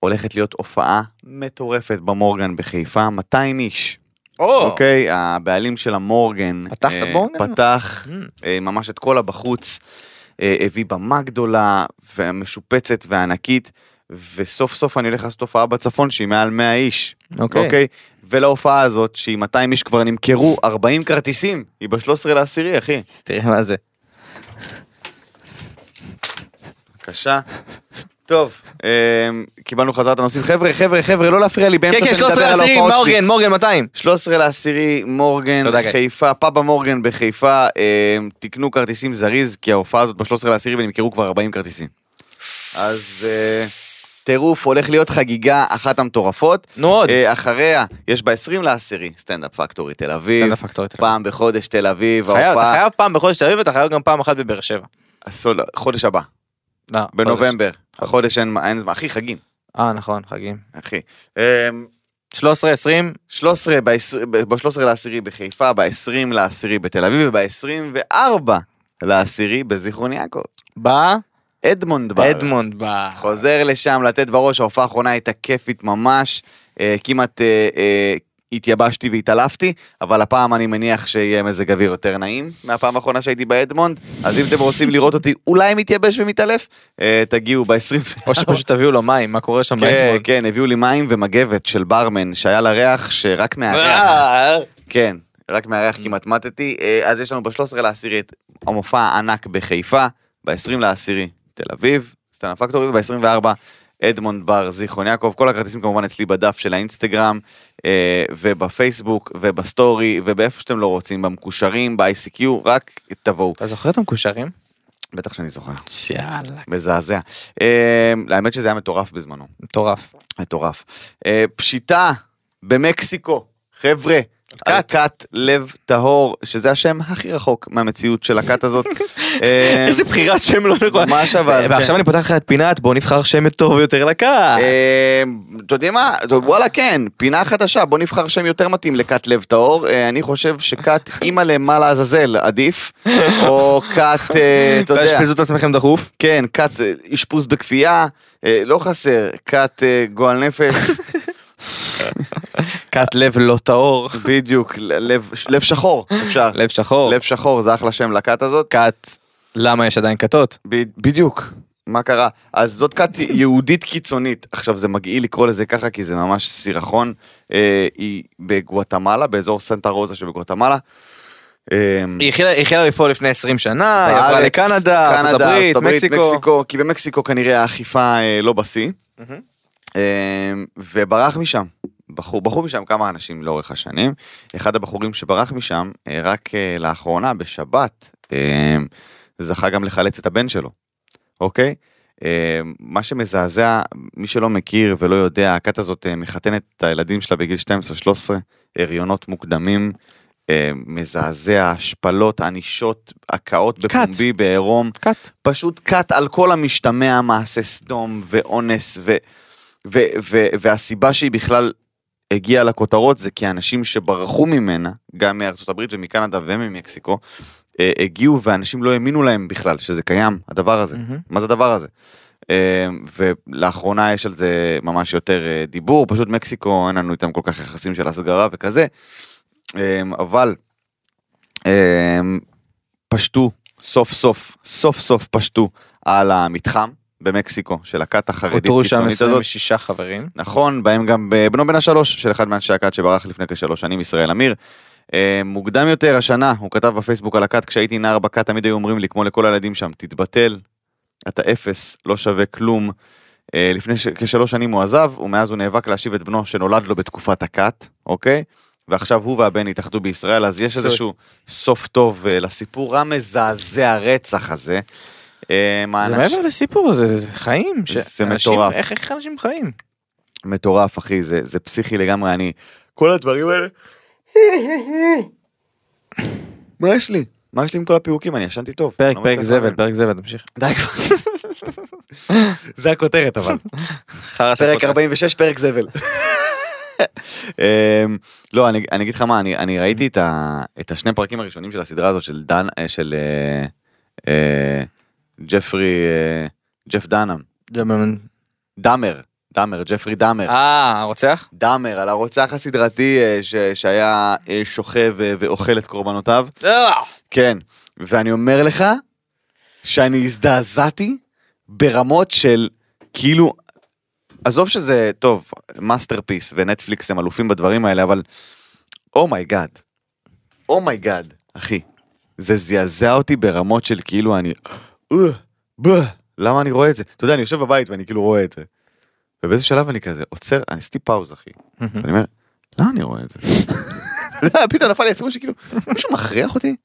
Speaker 2: הולכת להיות הופעה מטורפת במורגן בחיפה, 200 איש. אוקיי, הבעלים של המורגן.
Speaker 3: פתח את
Speaker 2: אה,
Speaker 3: המורגן?
Speaker 2: פתח
Speaker 3: Mm.
Speaker 2: אה, ממש את כל הבחוץ, אה, הביא במה גדולה ומשופצת וענקית, וסוף סוף אני הולך לעשות הופעה בצפון שהיא מעל 100 איש. אוקיי? ולהופעה הזאת, שהיא 200 איש כבר נמכרו 40 כרטיסים, היא ב-13 לעשירי, אחי.
Speaker 3: תראה מה זה.
Speaker 2: בבקשה. טוב, אה, קיבלנו חזרה את הנושאים. חבר'ה, חבר'ה, חבר'ה, לא להפריע לי
Speaker 3: כן,
Speaker 2: באמצע
Speaker 3: כן,
Speaker 2: שאני
Speaker 3: 13
Speaker 2: מדבר על
Speaker 3: לעשירי,
Speaker 2: ההופעות שלי.
Speaker 3: מורגן, מורגן 200.
Speaker 2: 13 לעשירי, מורגן,
Speaker 3: תודה, גיא.
Speaker 2: חיפה, פאבה מורגן בחיפה, אה, תקנו כרטיסים זריז, כי ההופעה הזאת ב-13 לעשירי ונמכרו כבר 40 כרטיסים. אז אה, טירוף, הולך להיות חגיגה אחת המטורפות.
Speaker 3: נו עוד.
Speaker 2: אה, אחריה, יש ב-20 לעשירי, סטנדאפ פקטורי תל אביב,
Speaker 3: סטנדאפ פקטורי תל אביב.
Speaker 2: פעם בחודש תל אביב,
Speaker 3: חייב- אתה
Speaker 2: ההופעה,
Speaker 3: חייב פעם בחודש תל אביב, אתה חייב גם פעם אחת בבאר שבע.
Speaker 2: הסול- חודש הבא,
Speaker 3: לא, חודש.
Speaker 2: בנובמבר, החודש אין אין זמן, אחי חגים,
Speaker 3: אה, נכון, חגים.
Speaker 2: אחי. אה,
Speaker 3: 13, 20,
Speaker 2: 13 ב-13 ב- לעשירי בחיפה, ב-20 לעשירי בתל אביב וב-24 לעשירי בזיכרון יעקב.
Speaker 3: בא
Speaker 2: אדמונד בר.
Speaker 3: אדמונד בא.
Speaker 2: חוזר לשם לתת בראש, ההופעה האחרונה הייתה כיפית ממש, אה, כמעט אה, אה, התייבשתי והתעלפתי, אבל הפעם אני מניח שיהיה מזג אוויר יותר נעים מהפעם האחרונה שהייתי באדמונד, אז אם אתם רוצים לראות אותי אולי מתייבש ומתעלף, אה, תגיעו ב-20...
Speaker 3: או שפשוט תביאו לו מים, מה קורה שם
Speaker 2: <laughs> כן,
Speaker 3: באדמונד.
Speaker 2: כן, הביאו לי מים ומגבת של ברמן שהיה לה ריח שרק מהריח
Speaker 3: אה,
Speaker 2: כן, רק מהריח כמעט מתתי. אה, אז יש לנו ב-13 לעשירי את המופע הענק בחיפה, ב-20 לעשירי תל אביב, סטנה פקטורי, וב-24 אדמונד בר זיכרון יעקב. כל הכרטיסים כמובן אצלי בדף של האינסטגרם, אה, ובפייסבוק, ובסטורי, ובאיפה שאתם לא רוצים, במקושרים, ב-ICQ, רק תבואו.
Speaker 3: אתה זוכר את המקושרים?
Speaker 2: בטח שאני זוכר,
Speaker 3: יאללה.
Speaker 2: מזעזע. אה, האמת שזה היה מטורף בזמנו,
Speaker 3: מטורף.
Speaker 2: מטורף. אה, פשיטה במקסיקו, חבר'ה. על
Speaker 3: כת.
Speaker 2: כת לב טהור, שזה השם הכי רחוק מהמציאות של הכת
Speaker 3: <laughs>
Speaker 2: הזאת. אה,
Speaker 3: איזה בחירת שם לא נכונה.
Speaker 2: ממש אבל.
Speaker 3: ועכשיו אני פותח לך את פינת, בוא נבחר שם טוב יותר לקהל.
Speaker 2: כן. אה, אתה יודעים מה? אתה- וואלה כן, פינה חדשה, בוא נבחר שם יותר מתאים לכת לב טהור. אה, אני חושב
Speaker 3: <laughs>
Speaker 2: שכת אימא למה לעזאזל עדיף, או כת, אה, אתה יודע,
Speaker 3: תאשפזו את עצמכם דחוף.
Speaker 2: כן, כת אה, אשפוז בכפייה, אה, לא חסר, כת אה, גועל
Speaker 3: <laughs>
Speaker 2: נפש,
Speaker 3: כת לב לא טהור.
Speaker 2: בדיוק, ל- לב- לב שחור, אפשר.
Speaker 3: לב שחור.
Speaker 2: לב שחור זה אחלה שם לכת הזאת.
Speaker 3: כת, למה יש עדיין כתות?
Speaker 2: ב- בדיוק, מה קרה? אז זאת כת יהודית קיצונית. עכשיו, זה מגעיל לקרוא לזה ככה, כי זה ממש סירחון. אה, היא בגואטמלה, באזור סנטה רוזה שבגואטמלה. אה,
Speaker 3: היא החלה- היא החלה לפעול לפני 20 שנה, היא עברה
Speaker 2: בארץ,
Speaker 3: לקנדה, ארצות הברית, מקסיקו.
Speaker 2: כי במקסיקו כנראה האכיפה אה, לא בשיא.
Speaker 3: מהמם.
Speaker 2: אה, וברח משם. בחור, בחור משם כמה אנשים לאורך השנים. אחד הבחורים שברח משם, אה, רק אה, לאחרונה, בשבת, אה, זכה גם לחלץ את הבן שלו, אוקיי? אה, מה שמזעזע, מי שלא מכיר ולא יודע, הכת הזאת אה, מחתנת את הילדים שלה בגיל 12-13, הריונות מוקדמים, אה, מזעזע, השפלות, ענישות, הקאות בפומבי, בעירום.
Speaker 3: כת.
Speaker 2: פשוט קאט על כל המשתמע מעשה סדום ואונס ו, ו, ו, והסיבה שהיא בכלל הגיעה לכותרות זה כי האנשים שברחו ממנה, גם מארצות הברית ומקנדה וממקסיקו, אה, הגיעו ואנשים לא האמינו להם בכלל שזה קיים, הדבר הזה.
Speaker 3: מהמם.
Speaker 2: מה זה הדבר הזה? אה, ולאחרונה יש על זה ממש יותר אה, דיבור, פשוט מקסיקו אין לנו איתם כל כך יחסים של הסגרה וכזה, אה, אבל אה, פשטו סוף סוף, סוף סוף פשטו על המתחם במקסיקו של הכת החרדית
Speaker 3: אותרו שם
Speaker 2: קיצונית הזאת.
Speaker 3: 26 חברים.
Speaker 2: נכון, בהם גם בנו בן השלוש של אחד מאנשי הכת שברח לפני כשלוש שנים, ישראל אמיר. אה, מוקדם יותר השנה הוא כתב בפייסבוק על הכת, כשהייתי נער בכת תמיד היו אומרים לי, כמו לכל הילדים שם, תתבטל, אתה אפס, לא שווה כלום. אה, לפני ש... כשלוש שנים הוא עזב, ומאז הוא נאבק להשיב את בנו שנולד לו בתקופת הכת, אוקיי? ועכשיו הוא והבן התאחדו בישראל, אז יש
Speaker 3: סוף.
Speaker 2: איזשהו סוף טוב אה, לסיפור המזעזע הרצח הזה. אה,
Speaker 3: זה
Speaker 2: האנש-
Speaker 3: מעבר לסיפור, זה זה חיים.
Speaker 2: זה
Speaker 3: שאנשים-
Speaker 2: מטורף.
Speaker 3: איך איך אנשים חיים?
Speaker 2: מטורף אחי זה זה פסיכי לגמרי אני כל הדברים האלה. מה יש לי? מה יש לי עם כל הפיוקים אני ישנתי טוב.
Speaker 3: פרק
Speaker 2: לא
Speaker 3: פרק
Speaker 2: מצליח
Speaker 3: זבל,
Speaker 2: להאמין.
Speaker 3: פרק זבל, תמשיך.
Speaker 2: די כבר. זה הכותרת אבל.
Speaker 3: חרא של
Speaker 2: פרק
Speaker 3: פודקאסט.
Speaker 2: 46 פרק זבל. אמ, לא אני אני אגיד לך מה אני אני ראיתי את ה- את השני פרקים הראשונים של הסדרה הזאת של דן אה, של אה, אה, ג'פרי אה, ג'ף דאנם
Speaker 3: דממן.
Speaker 2: דאמר דאמר ג'פרי דאמר.
Speaker 3: אה, הרוצח?
Speaker 2: דאמר, על הרוצח הסדרתי אה, ש... שהיה אה, שוכב אה, ואוכל את קורבנותיו. כן, ואני אומר לך שאני הזדעזעתי ברמות של כאילו, עזוב שזה, טוב, מאסטרפיס ונטפליקס הם אלופים בדברים האלה, אבל oh אומייגאד, אומייגאד, oh אחי, זה זעזע אותי ברמות של כאילו אני, "אה, בוא, למה אני רואה את זה? אתה יודע, אני יושב בבית ואני כאילו רואה את זה. ובאיזה שלב אני כזה עוצר, אני עשיתי פאוז אחי. ואני אומר, למה אני רואה את זה? <laughs> לא, פתאום נפל לי הסיכון שכאילו, מישהו מכריח אותי?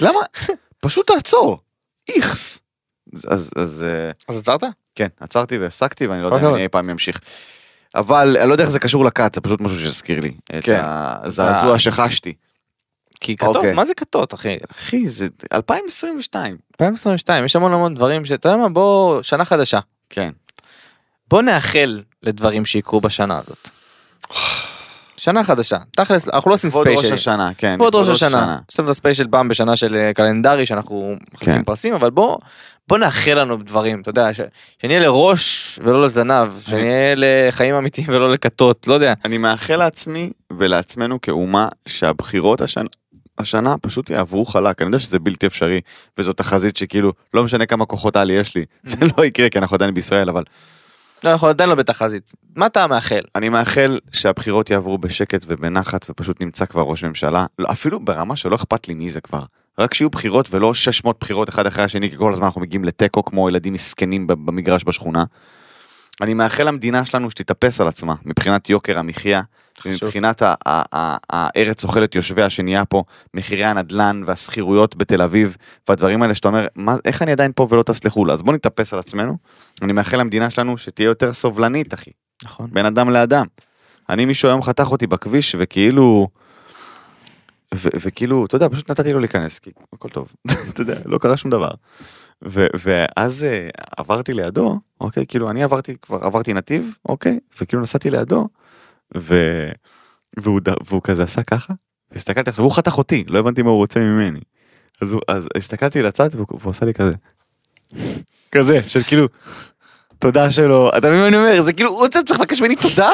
Speaker 2: למה? פשוט תעצור. איכס. אז- אז, אז, אה,
Speaker 3: אז עצרת?
Speaker 2: כן, עצרתי והפסקתי ואני לא יודע אם
Speaker 3: אוקיי.
Speaker 2: אני אי פעם אמשיך. אבל אני לא יודע איך זה קשור לכת, זה פשוט משהו שהזכיר לי. את
Speaker 3: כן.
Speaker 2: הזעזוע שחשתי.
Speaker 3: כי כתות,
Speaker 2: אוקיי.
Speaker 3: מה זה כתות, אחי?
Speaker 2: אחי, זה 2022.
Speaker 3: 2022, יש המון המון דברים שאתה יודע מה, בוא, שנה חדשה.
Speaker 2: כן.
Speaker 3: בוא נאחל לדברים שיקרו בשנה הזאת. שנה חדשה, תכלס, אנחנו לא עושים
Speaker 2: כבוד ראש
Speaker 3: ספיישלים.
Speaker 2: השנה, כן.
Speaker 3: כבוד ראש השנה. יש לנו את הספיישל פעם בשנה של אה, קלנדרי שאנחנו
Speaker 2: כן.
Speaker 3: מחלקים פרסים, אבל בוא, בוא נאחל לנו דברים, אתה יודע, ש- שנהיה לראש ולא לזנב, שנהיה לחיים אמיתיים ולא לכתות, לא יודע.
Speaker 2: אני מאחל לעצמי ולעצמנו כאומה שהבחירות השנה, השנה פשוט יעברו חלק. אני יודע שזה בלתי אפשרי, וזו תחזית שכאילו, לא משנה כמה כוחות על יש לי, זה לא יקרה כי אנחנו עדיין בישראל, אבל
Speaker 3: לא, אנחנו עדיין לא בתחזית. מה אתה מאחל?
Speaker 2: אני מאחל שהבחירות יעברו בשקט ובנחת ופשוט נמצא כבר ראש ממשלה, לא, אפילו ברמה שלא אכפת לי מי זה כבר. רק שיהיו בחירות ולא 600 בחירות אחד אחרי השני, כי כל הזמן אנחנו מגיעים לתיקו כמו ילדים מסכנים ב- במגרש בשכונה. אני מאחל למדינה שלנו שתתאפס על עצמה, מבחינת יוקר המחיה, מבחינת ה- ה- ה- הארץ אוכלת יושביה שנהיה פה, מחירי הנדלן והשכירויות בתל אביב, והדברים האלה שאתה אומר, מה, איך אני עדיין פה ולא טס לחו"ל? אז בוא נתאפס על עצמנו. אני מאחל למדינה שלנו שתהיה יותר סובלנית, אחי.
Speaker 3: נכון.
Speaker 2: בין אדם לאדם. אני מישהו היום חתך אותי בכביש וכאילו. ו- וכאילו אתה יודע פשוט נתתי לו להיכנס כי הכל טוב <laughs> אתה יודע לא קרה שום דבר. ו- ואז אה, עברתי לידו אוקיי כאילו אני עברתי כבר עברתי נתיב אוקיי וכאילו נסעתי לידו. ו- והוא, ד- והוא כזה עשה ככה הסתכלתי עכשיו הוא חתך אותי לא הבנתי מה הוא רוצה ממני. אז, הוא, אז הסתכלתי לצד והוא, והוא עשה לי כזה. כזה של כאילו תודה שלו אתה מבין מה אני אומר זה כאילו הוא צריך לבקש ממני תודה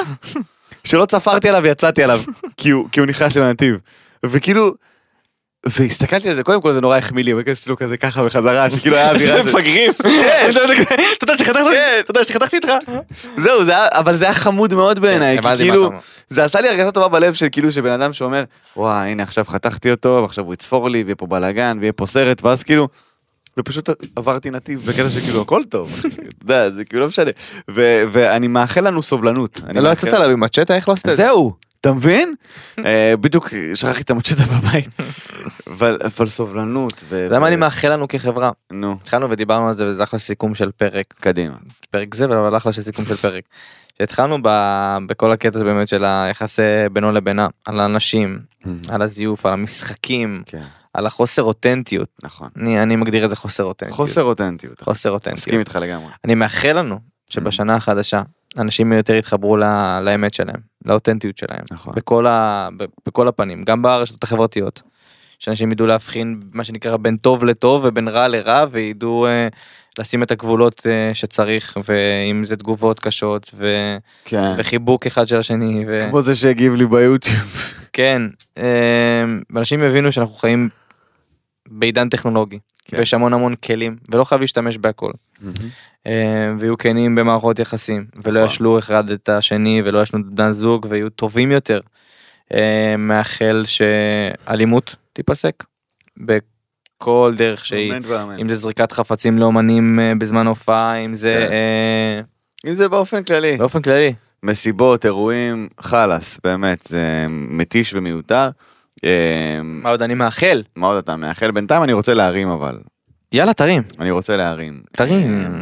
Speaker 2: שלא צפרתי עליו ויצאתי עליו כי הוא כי הוא נכנס לי לנתיב וכאילו. והסתכלתי על זה קודם כל זה נורא החמיא לי וכנסתי לו כזה ככה בחזרה שכאילו היה אווירה של-
Speaker 3: <laughs> מפגרים. אתה יודע שחתכתי אתה יודע שחתכתי איתך.
Speaker 2: כן. זהו זה היה אבל זה היה חמוד מאוד בעיניי כי
Speaker 3: הבנתי מה אתה
Speaker 2: כאילו
Speaker 3: אומר.
Speaker 2: זה עשה לי הרגשה טובה בלב של כאילו שבן אדם שאומר וואי הנה עכשיו חתכתי אותו ועכשיו הוא יצפור לי ויהיה פה בלאגן ויהיה פה סרט ואז כאילו. ופשוט עברתי נתיב בקטע שכאילו הכל טוב,
Speaker 3: <laughs>
Speaker 2: אחי. אתה יודע, זה כאילו לא משנה, ו- ואני מאחל לנו סובלנות. אני
Speaker 3: לא
Speaker 2: מאחל-
Speaker 3: יצאת עליו עם מצ'טה, איך לא עשית את זה?
Speaker 2: זהו, אתה מבין? אה, בדיוק שכחתי את המוצ'טה בבית. אבל אבל סובלנות. ו-
Speaker 3: אתה יודע מה אני
Speaker 2: ו-
Speaker 3: מאחל לנו כחברה?
Speaker 2: נו,
Speaker 3: התחלנו ודיברנו על זה וזה אחלה סיכום של פרק,
Speaker 2: קדימה.
Speaker 3: פרק זה אבל אחלה של סיכום של פרק. התחלנו ב- בכל הקטע באמת של היחסי בינו לבינה, על האנשים, על הזיוף, על המשחקים,
Speaker 2: כן,
Speaker 3: על החוסר אותנטיות.
Speaker 2: נכון.
Speaker 3: אני, אני מגדיר את זה חוסר אותנטיות.
Speaker 2: חוסר אותנטיות.
Speaker 3: כן, כאילו. חוסר
Speaker 2: מסכים Mm.
Speaker 3: אותנטיות.
Speaker 2: איתך לגמרי.
Speaker 3: אני מאחל לנו שבשנה החדשה אנשים יותר יתחברו ל- לאמת שלהם, לאותנטיות שלהם.
Speaker 2: נכון.
Speaker 3: בכל, ה... ב- בכל הפנים, גם ברשתות החברתיות. שאנשים ידעו להבחין מה שנקרא בין טוב לטוב ובין רע לרע וידעו אה, לשים את הגבולות אה, שצריך ואם זה תגובות קשות ו...
Speaker 2: כן.
Speaker 3: וחיבוק אחד של השני. ו...
Speaker 2: כמו זה שהגיב לי ביוטיוב.
Speaker 3: כן, אמ, ואנשים יבינו שאנחנו חיים בעידן טכנולוגי,
Speaker 2: כן.
Speaker 3: ויש המון המון כלים, ולא חייב להשתמש בהכל. אמ, ויהיו כנים במערכות יחסים, ולא
Speaker 2: נכון.
Speaker 3: ישלו אחד את השני, ולא ישנו את בני זוג, ויהיו טובים יותר. אמ, מאחל שאלימות תיפסק, בכל דרך <laughs> שהיא.
Speaker 2: אמן ואמן.
Speaker 3: אם זה זריקת חפצים לאומנים אה, בזמן הופעה, אם זה
Speaker 2: כן.
Speaker 3: אה,
Speaker 2: אם זה באופן כללי.
Speaker 3: באופן כללי.
Speaker 2: מסיבות, אירועים, חלאס, באמת, זה מתיש ומיותר. אה,
Speaker 3: מה עוד אני מאחל?
Speaker 2: מה עוד אתה מאחל? בינתיים אני רוצה להרים אבל.
Speaker 3: יאללה תרים,
Speaker 2: אני רוצה להרים. אה,
Speaker 3: תרים. כן.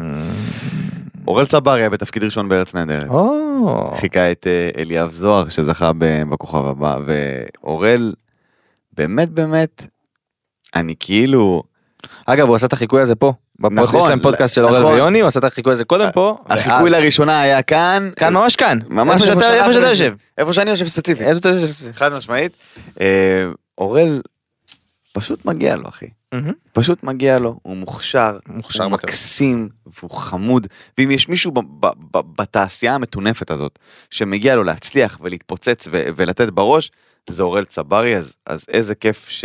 Speaker 2: אורל צברי בתפקיד ראשון בארץ נהדרת.
Speaker 3: או.
Speaker 2: חיכה את אה, אליאב זוהר שזכה ב- בכוכב הבא, ואורל, באמת באמת, אני כאילו,
Speaker 3: אגב, הוא עשה את החיקוי הזה פה. בפודקאסט,
Speaker 2: נכון,
Speaker 3: יש להם פודקאסט של
Speaker 2: נכון. אה,
Speaker 3: אורל ויוני, הוא עשה את החיקוי הזה קודם פה.
Speaker 2: החיקוי
Speaker 3: ואז-
Speaker 2: לראשונה היה כאן.
Speaker 3: כאן, ממש כאן.
Speaker 2: ממש
Speaker 3: איפה שאתה איפה שאתה יושב.
Speaker 2: איפה שאני יושב ספציפית.
Speaker 3: איפה שאתה יושב.
Speaker 2: חד משמעית. אה, אורל, פשוט מגיע לו, אחי.
Speaker 3: מהמם.
Speaker 2: פשוט מגיע לו, הוא מוכשר,
Speaker 3: מוכשר
Speaker 2: הוא
Speaker 3: בטוח.
Speaker 2: מקסים, והוא חמוד, ואם יש מישהו ב- ב- ב- בתעשייה המטונפת הזאת, שמגיע לו להצליח ולהתפוצץ ו- ולתת בראש, זה אוראל צברי, אז, אז איזה כיף ש-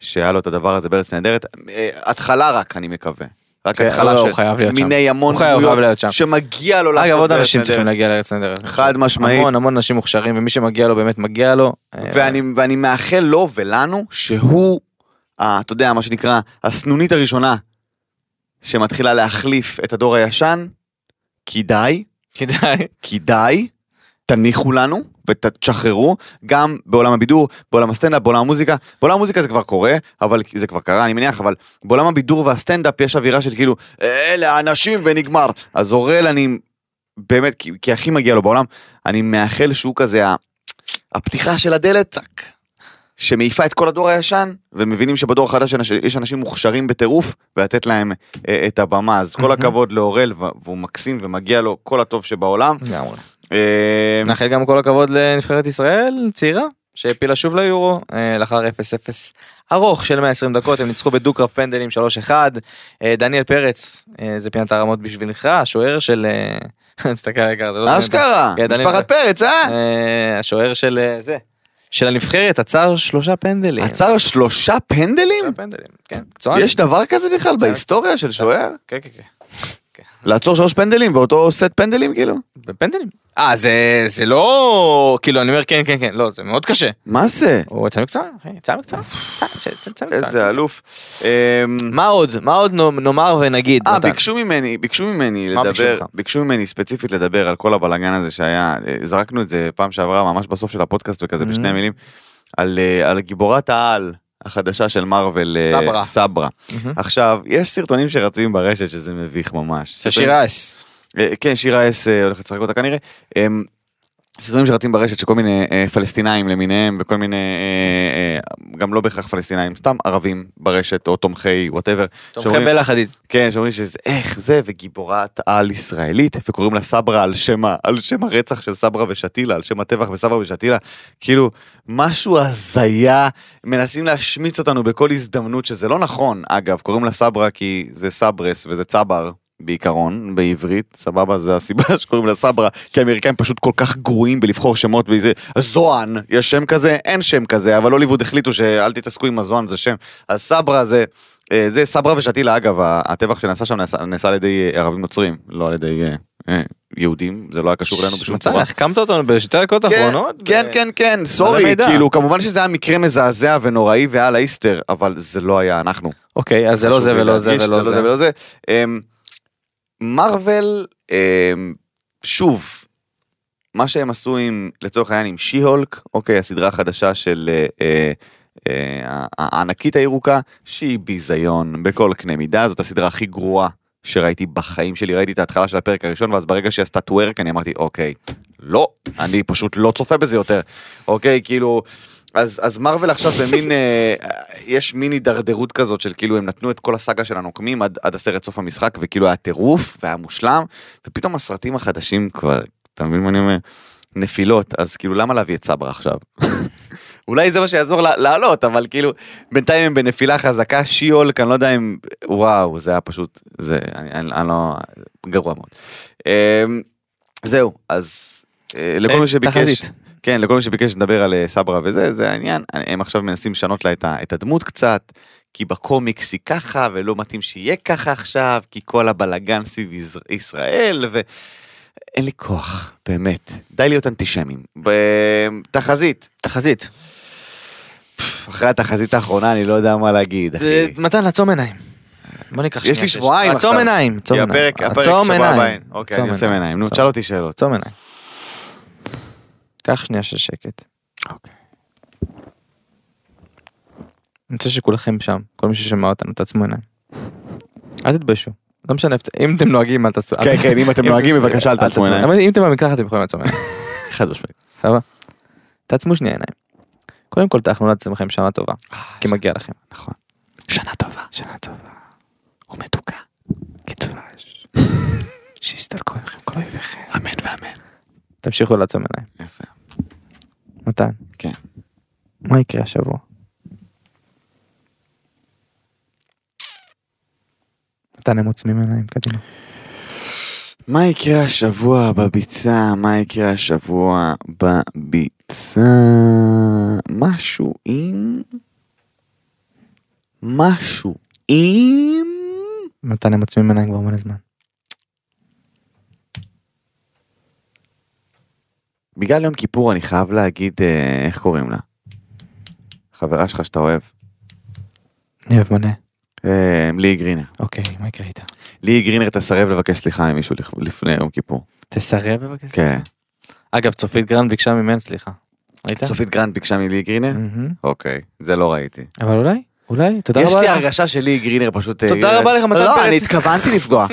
Speaker 2: שהיה לו את הדבר הזה בארץ נהדרת. אה, התחלה רק, אני מקווה. רק
Speaker 3: כן,
Speaker 2: התחלה
Speaker 3: לא,
Speaker 2: של
Speaker 3: הוא חייב להיות שם.
Speaker 2: מיני המון
Speaker 3: הוא חייב- הוא חייב להיות שם.
Speaker 2: שמגיע לו
Speaker 3: אגב,
Speaker 2: לעשות
Speaker 3: עוד
Speaker 2: בארץ
Speaker 3: אנשים
Speaker 2: נהדרת.
Speaker 3: צריכים להגיע לארץ נהדרת.
Speaker 2: חד משמעית.
Speaker 3: המון המון אנשים מוכשרים, ומי שמגיע לו באמת מגיע לו.
Speaker 2: ואני, ואני מאחל לו ולנו שהוא, אה, אתה יודע, מה שנקרא, הסנונית הראשונה שמתחילה להחליף את הדור הישן, כי די,
Speaker 3: אה, כדאי.
Speaker 2: כי די, תניחו לנו ותשחררו, גם בעולם הבידור, בעולם הסטנדאפ, בעולם המוזיקה, בעולם המוזיקה זה כבר קורה, אבל זה כבר קרה, אני מניח, אבל בעולם הבידור והסטנדאפ יש אווירה של כאילו, אלה האנשים ונגמר. אז אורל, אני באמת, כי, כי הכי מגיע לו בעולם, אני מאחל שהוא כזה, ה- הפתיחה של הדלת, צק, שמעיפה את כל הדור הישן, ומבינים שבדור החדש אנש- יש אנשים מוכשרים בטירוף, ולתת להם אה, את הבמה. אז כל הכבוד לאורל, ו- והוא מקסים ומגיע לו כל הטוב שבעולם.
Speaker 3: לגמרי.
Speaker 2: אה,
Speaker 3: נאחל גם כל הכבוד לנבחרת ישראל, צעירה, שהעפילה שוב ליורו, אה, לאחר 0-0 ארוך של 120 דקות, הם ניצחו בדו-קרב פנדלים 3-1. אה, דניאל פרץ, אה, זה פינת הרמות בשבילך, השוער של... אה, <laughs> אני מסתכל על הגר, זה לא...
Speaker 2: מה אשכרה,
Speaker 3: כן, דניאל
Speaker 2: משפחת פרץ, אה?
Speaker 3: אה, השוער של אה, זה, של הנבחרת, עצר שלושה פנדלים.
Speaker 2: עצר שלושה פנדלים?
Speaker 3: שלושה פנדלים, כן, מקצוען.
Speaker 2: יש דבר כזה בכלל בהיסטוריה של שוער?
Speaker 3: כן, כן, כן.
Speaker 2: לעצור שלוש פנדלים באותו סט פנדלים כאילו?
Speaker 3: בפנדלים. אה, זה, זה לא... כאילו, אני אומר כן, כן, כן, לא, זה מאוד קשה.
Speaker 2: מה זה?
Speaker 3: הוא יצא מקצוען, אחי, יצא מקצוען, יצא- יצא- יצא מקצוען. יצא-
Speaker 2: איזה אלוף. אמ,
Speaker 3: מה עוד? מה עוד נו- נאמר ונגיד?
Speaker 2: אה,
Speaker 3: מתן?
Speaker 2: ביקשו ממני, ביקשו ממני
Speaker 3: מה ביקשו
Speaker 2: לדבר,
Speaker 3: ממך?
Speaker 2: ביקשו ממני ספציפית לדבר על כל הבלאגן הזה שהיה, אה, זרקנו את זה פעם שעברה ממש בסוף של הפודקאסט
Speaker 3: Mm-hmm.
Speaker 2: וכזה בשני מילים, על אה, על גיבורת העל החדשה של מארוול, אה,
Speaker 3: סברה. Mm-hmm.
Speaker 2: סברה.
Speaker 3: מהמם.
Speaker 2: עכשיו, יש סרטונים שרצים ברשת שזה מביך ממש.
Speaker 3: זה שיר אס.
Speaker 2: אה, כן, שירה אס אה, הולכת לשחק אותה כנראה. אמ, סרטונים שרצים ברשת שכל מיני אה, פלסטינאים למיניהם וכל מיני, אה, אה, גם לא בהכרח פלסטינאים, סתם ערבים ברשת או תומכי וואטאבר.
Speaker 3: תומכי בלה חדיד.
Speaker 2: כן, שאומרים שזה איך זה וגיבורת על ישראלית וקוראים לה סברה על שם, ה- על שם הרצח של סברה ושתילה, על שם הטבח בסברה ושתילה. כאילו, משהו הזיה, מנסים להשמיץ אותנו בכל הזדמנות שזה לא נכון. אגב, קוראים לה סברה כי זה סברס וזה צבר. בעיקרון, בעברית, סבבה, זה הסיבה <laughs> שקוראים לה סברה, כי האמריקאים פשוט כל כך גרועים בלבחור שמות, וזה, זוהן, יש שם כזה? אין שם כזה, אבל הוליווד החליטו שאל תתעסקו עם הזוהן, זה שם. אז סברה זה, אה, זה סברה ושתילה, אגב, ה- הטבח שנעשה שם נעשה, נעשה על ידי אה, ערבים נוצרים, לא על ידי אה, אה, יהודים, זה לא היה קשור אלינו בשום
Speaker 3: מתן,
Speaker 2: צורה.
Speaker 3: החכמת אותנו בשתי דקות
Speaker 2: כן,
Speaker 3: האחרונות?
Speaker 2: כן,
Speaker 3: ו-
Speaker 2: כן, כן, סורי,
Speaker 3: מידע.
Speaker 2: כאילו, כמובן שזה היה מקרה מזעזע ונוראי ועל האיסטר, אבל זה לא היה אנחנו.
Speaker 3: אוקיי, אז זה לא זה
Speaker 2: חשוב לי
Speaker 3: ולא זה
Speaker 2: להדגיש,
Speaker 3: ולא
Speaker 2: זה
Speaker 3: זה.
Speaker 2: ולא זה. אמ, מארוול, אמ, שוב, מה שהם עשו עם, לצורך העניין עם שי-הולק, אוקיי, הסדרה החדשה של אה, אה, אה, הענקית הירוקה, שהיא ביזיון בכל קנה מידה, זאת הסדרה הכי גרועה שראיתי בחיים שלי, ראיתי את ההתחלה של הפרק הראשון, ואז ברגע שהיא עשתה טוורק, אני אמרתי, אוקיי, לא, אני פשוט לא צופה בזה יותר, אוקיי, כאילו... אז, אז מארוול עכשיו במין, אה, יש מין הידרדרות כזאת של כאילו הם נתנו את כל הסאגה של הנוקמים עד, עד הסרט סוף המשחק וכאילו היה טירוף והיה מושלם ופתאום הסרטים החדשים כבר, אתה מבין מה אני אומר? נפילות, אז כאילו למה להביא את סברה עכשיו? אולי זה מה שיעזור לה- לעלות, אבל כאילו, בינתיים הם בנפילה חזקה, שיולק, אני לא יודע אם... וואו, זה היה פשוט, זה, אני, אני, אני לא... גרוע מאוד. אמ, זהו, אז אה, לכל מי שביקש...
Speaker 3: תחזית.
Speaker 2: כן, לכל מי שביקש לדבר על אה, סברה וזה, זה העניין. אה, הם עכשיו מנסים לשנות לה את, ה, את הדמות קצת, כי בקומיקס היא ככה, ולא מתאים שיהיה ככה עכשיו, כי כל הבלגן סביב יש- ישראל, ו... אין לי כוח, באמת. די להיות אנטישמים. ב- תחזית.
Speaker 3: תחזית.
Speaker 2: אחרי התחזית האחרונה אני לא יודע מה להגיד,
Speaker 3: זה-
Speaker 2: אחי.
Speaker 3: מתן, לעצום עיניים. בוא ניקח
Speaker 2: יש לי שבועיים
Speaker 3: עצום
Speaker 2: עכשיו.
Speaker 3: אה, עיניים. עצום
Speaker 2: כי
Speaker 3: עיניים.
Speaker 2: הפרק, הפרק
Speaker 3: עצום
Speaker 2: שבוע
Speaker 3: עיניים.
Speaker 2: הבא אין. אוקיי,
Speaker 3: עצום
Speaker 2: אני עושה מעיניים. נו,
Speaker 3: עצום.
Speaker 2: תשאל אותי שאלות.
Speaker 3: עצום עיניים. קח שנייה של שקט.
Speaker 2: אוקיי.
Speaker 3: אני רוצה שכולכם שם, כל מי ששומע אותנו, תעצמו עיניים. אל תתביישו. לא משנה, איפה- אם אתם נוהגים, אל תעשו.
Speaker 2: כן, כן, אם אתם נוהגים, בבקשה, אל תעצמו עיניים.
Speaker 3: אבל אם אתם במקלחת, אתם יכולים לעצום עיניים.
Speaker 2: <laughs> חד משמעית.
Speaker 3: סבבה? תעצמו שנייה עיניים. קודם כל תאכלו לעצמכם שנה טובה, כי מגיע לכם.
Speaker 2: אה, נכון.
Speaker 3: שנה טובה. שנה טובה. ומתוקה. כדבש. שיסתלקו עמכם כל אויביכם. אמן ואמן. תמשיכו לעצום עיניים.
Speaker 2: יפה.
Speaker 3: מתן.
Speaker 2: כן.
Speaker 3: מה יקרה השבוע? מתן הם עוצמים עיניים, קדימה.
Speaker 2: מה יקרה השבוע בביצה? מה יקרה השבוע בביצה? משהו עם... משהו עם...
Speaker 3: מתן הם עוצמים עיניים כבר מלא זמן.
Speaker 2: בגלל יום כיפור אני חייב להגיד אה, איך קוראים לה. חברה שלך שאתה אוהב.
Speaker 3: אני אוהב מלא.
Speaker 2: אה, ליהי גרינר.
Speaker 3: אוקיי, מה יקרה איתה?
Speaker 2: ליהי גרינר תסרב לבקש סליחה ממישהו לפ- לפני יום כיפור.
Speaker 3: תסרב בבקשה.
Speaker 2: כן.
Speaker 3: אגב, צופית גרנד ביקשה ממנו סליחה. ראית?
Speaker 2: צופית גרנד ביקשה מליהי גרינר?
Speaker 3: מהמם.
Speaker 2: אוקיי, זה לא ראיתי.
Speaker 3: אבל אולי, אולי, תודה
Speaker 2: יש
Speaker 3: רבה
Speaker 2: לי
Speaker 3: לך.
Speaker 2: הרגשה שלי גרינר פשוט... אה,
Speaker 3: תודה רבה לך, מתן פרץ.
Speaker 2: לא, אני התכוונתי
Speaker 3: <laughs>
Speaker 2: לפגוע.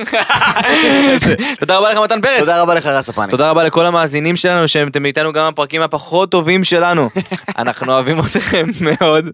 Speaker 3: תודה רבה לך מתן פרץ.
Speaker 2: תודה רבה לך, רס הפאני.
Speaker 3: תודה רבה לכל המאזינים שלנו שאתם איתנו גם בפרקים הפחות
Speaker 2: <laughs>
Speaker 3: טובים שלנו. אנחנו אוהבים אתכם מאוד.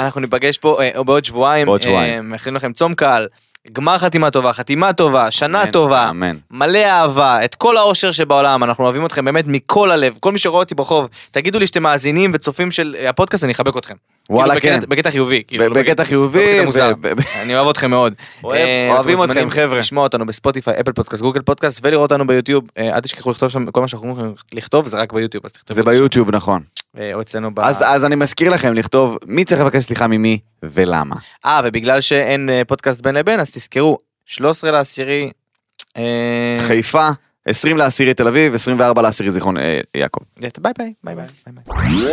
Speaker 3: אנחנו ניפגש פה אה, בעוד שבועיים.
Speaker 2: בעוד שבועיים.
Speaker 3: אה, מאחלים לכם צום קל, גמר חתימה טובה, חתימה טובה, שנה
Speaker 2: אמן,
Speaker 3: טובה.
Speaker 2: אמן.
Speaker 3: מלא אהבה, את כל האושר שבעולם, אנחנו אוהבים אתכם באמת מכל הלב, כל מי שרואה אותי ברחוב, תגידו לי שאתם מאזינים וצופים של אה, הפודקאסט, אני אחבק אתכם.
Speaker 2: וואלה,
Speaker 3: כאילו, בקטע-
Speaker 2: כן.
Speaker 3: בקטע חיובי. כאילו,
Speaker 2: ב-
Speaker 3: לא
Speaker 2: בקטע חיובי,
Speaker 3: לא בקטע מוזר.
Speaker 2: ב- ב-
Speaker 3: אני אוהב אתכם מאוד.
Speaker 2: אוהב-
Speaker 3: אה,
Speaker 2: אוהבים
Speaker 3: אתם מוזמנים
Speaker 2: אתכם, חבר'ה.
Speaker 3: לשמוע אותנו בספוטיפיי, אפל פודקאסט, גוגל פודקאסט, ולראות אותנו ביוטיוב. אה, אל תשכחו לכתוב שם, כל מה שאנחנו אומרים לכם לכתוב זה רק ביוטיוב, אז תכתבו
Speaker 2: זה
Speaker 3: את זה
Speaker 2: ביוטיוב, נכון.
Speaker 3: שם. אה, או אצלנו ב...
Speaker 2: אז אז אני מזכיר לכם לכתוב מי צריך לבקש סליחה ממי ולמה.
Speaker 3: אה, ובגלל שאין אה, פודקאסט בין לבין, אז תזכרו, 13 לעשירי... אה,
Speaker 2: חיפה, 20 לעשירי תל אביב, 24 לעשירי זיכרון אה, יעקב.
Speaker 3: ביי ביי, ביי ביי. ביי, ביי.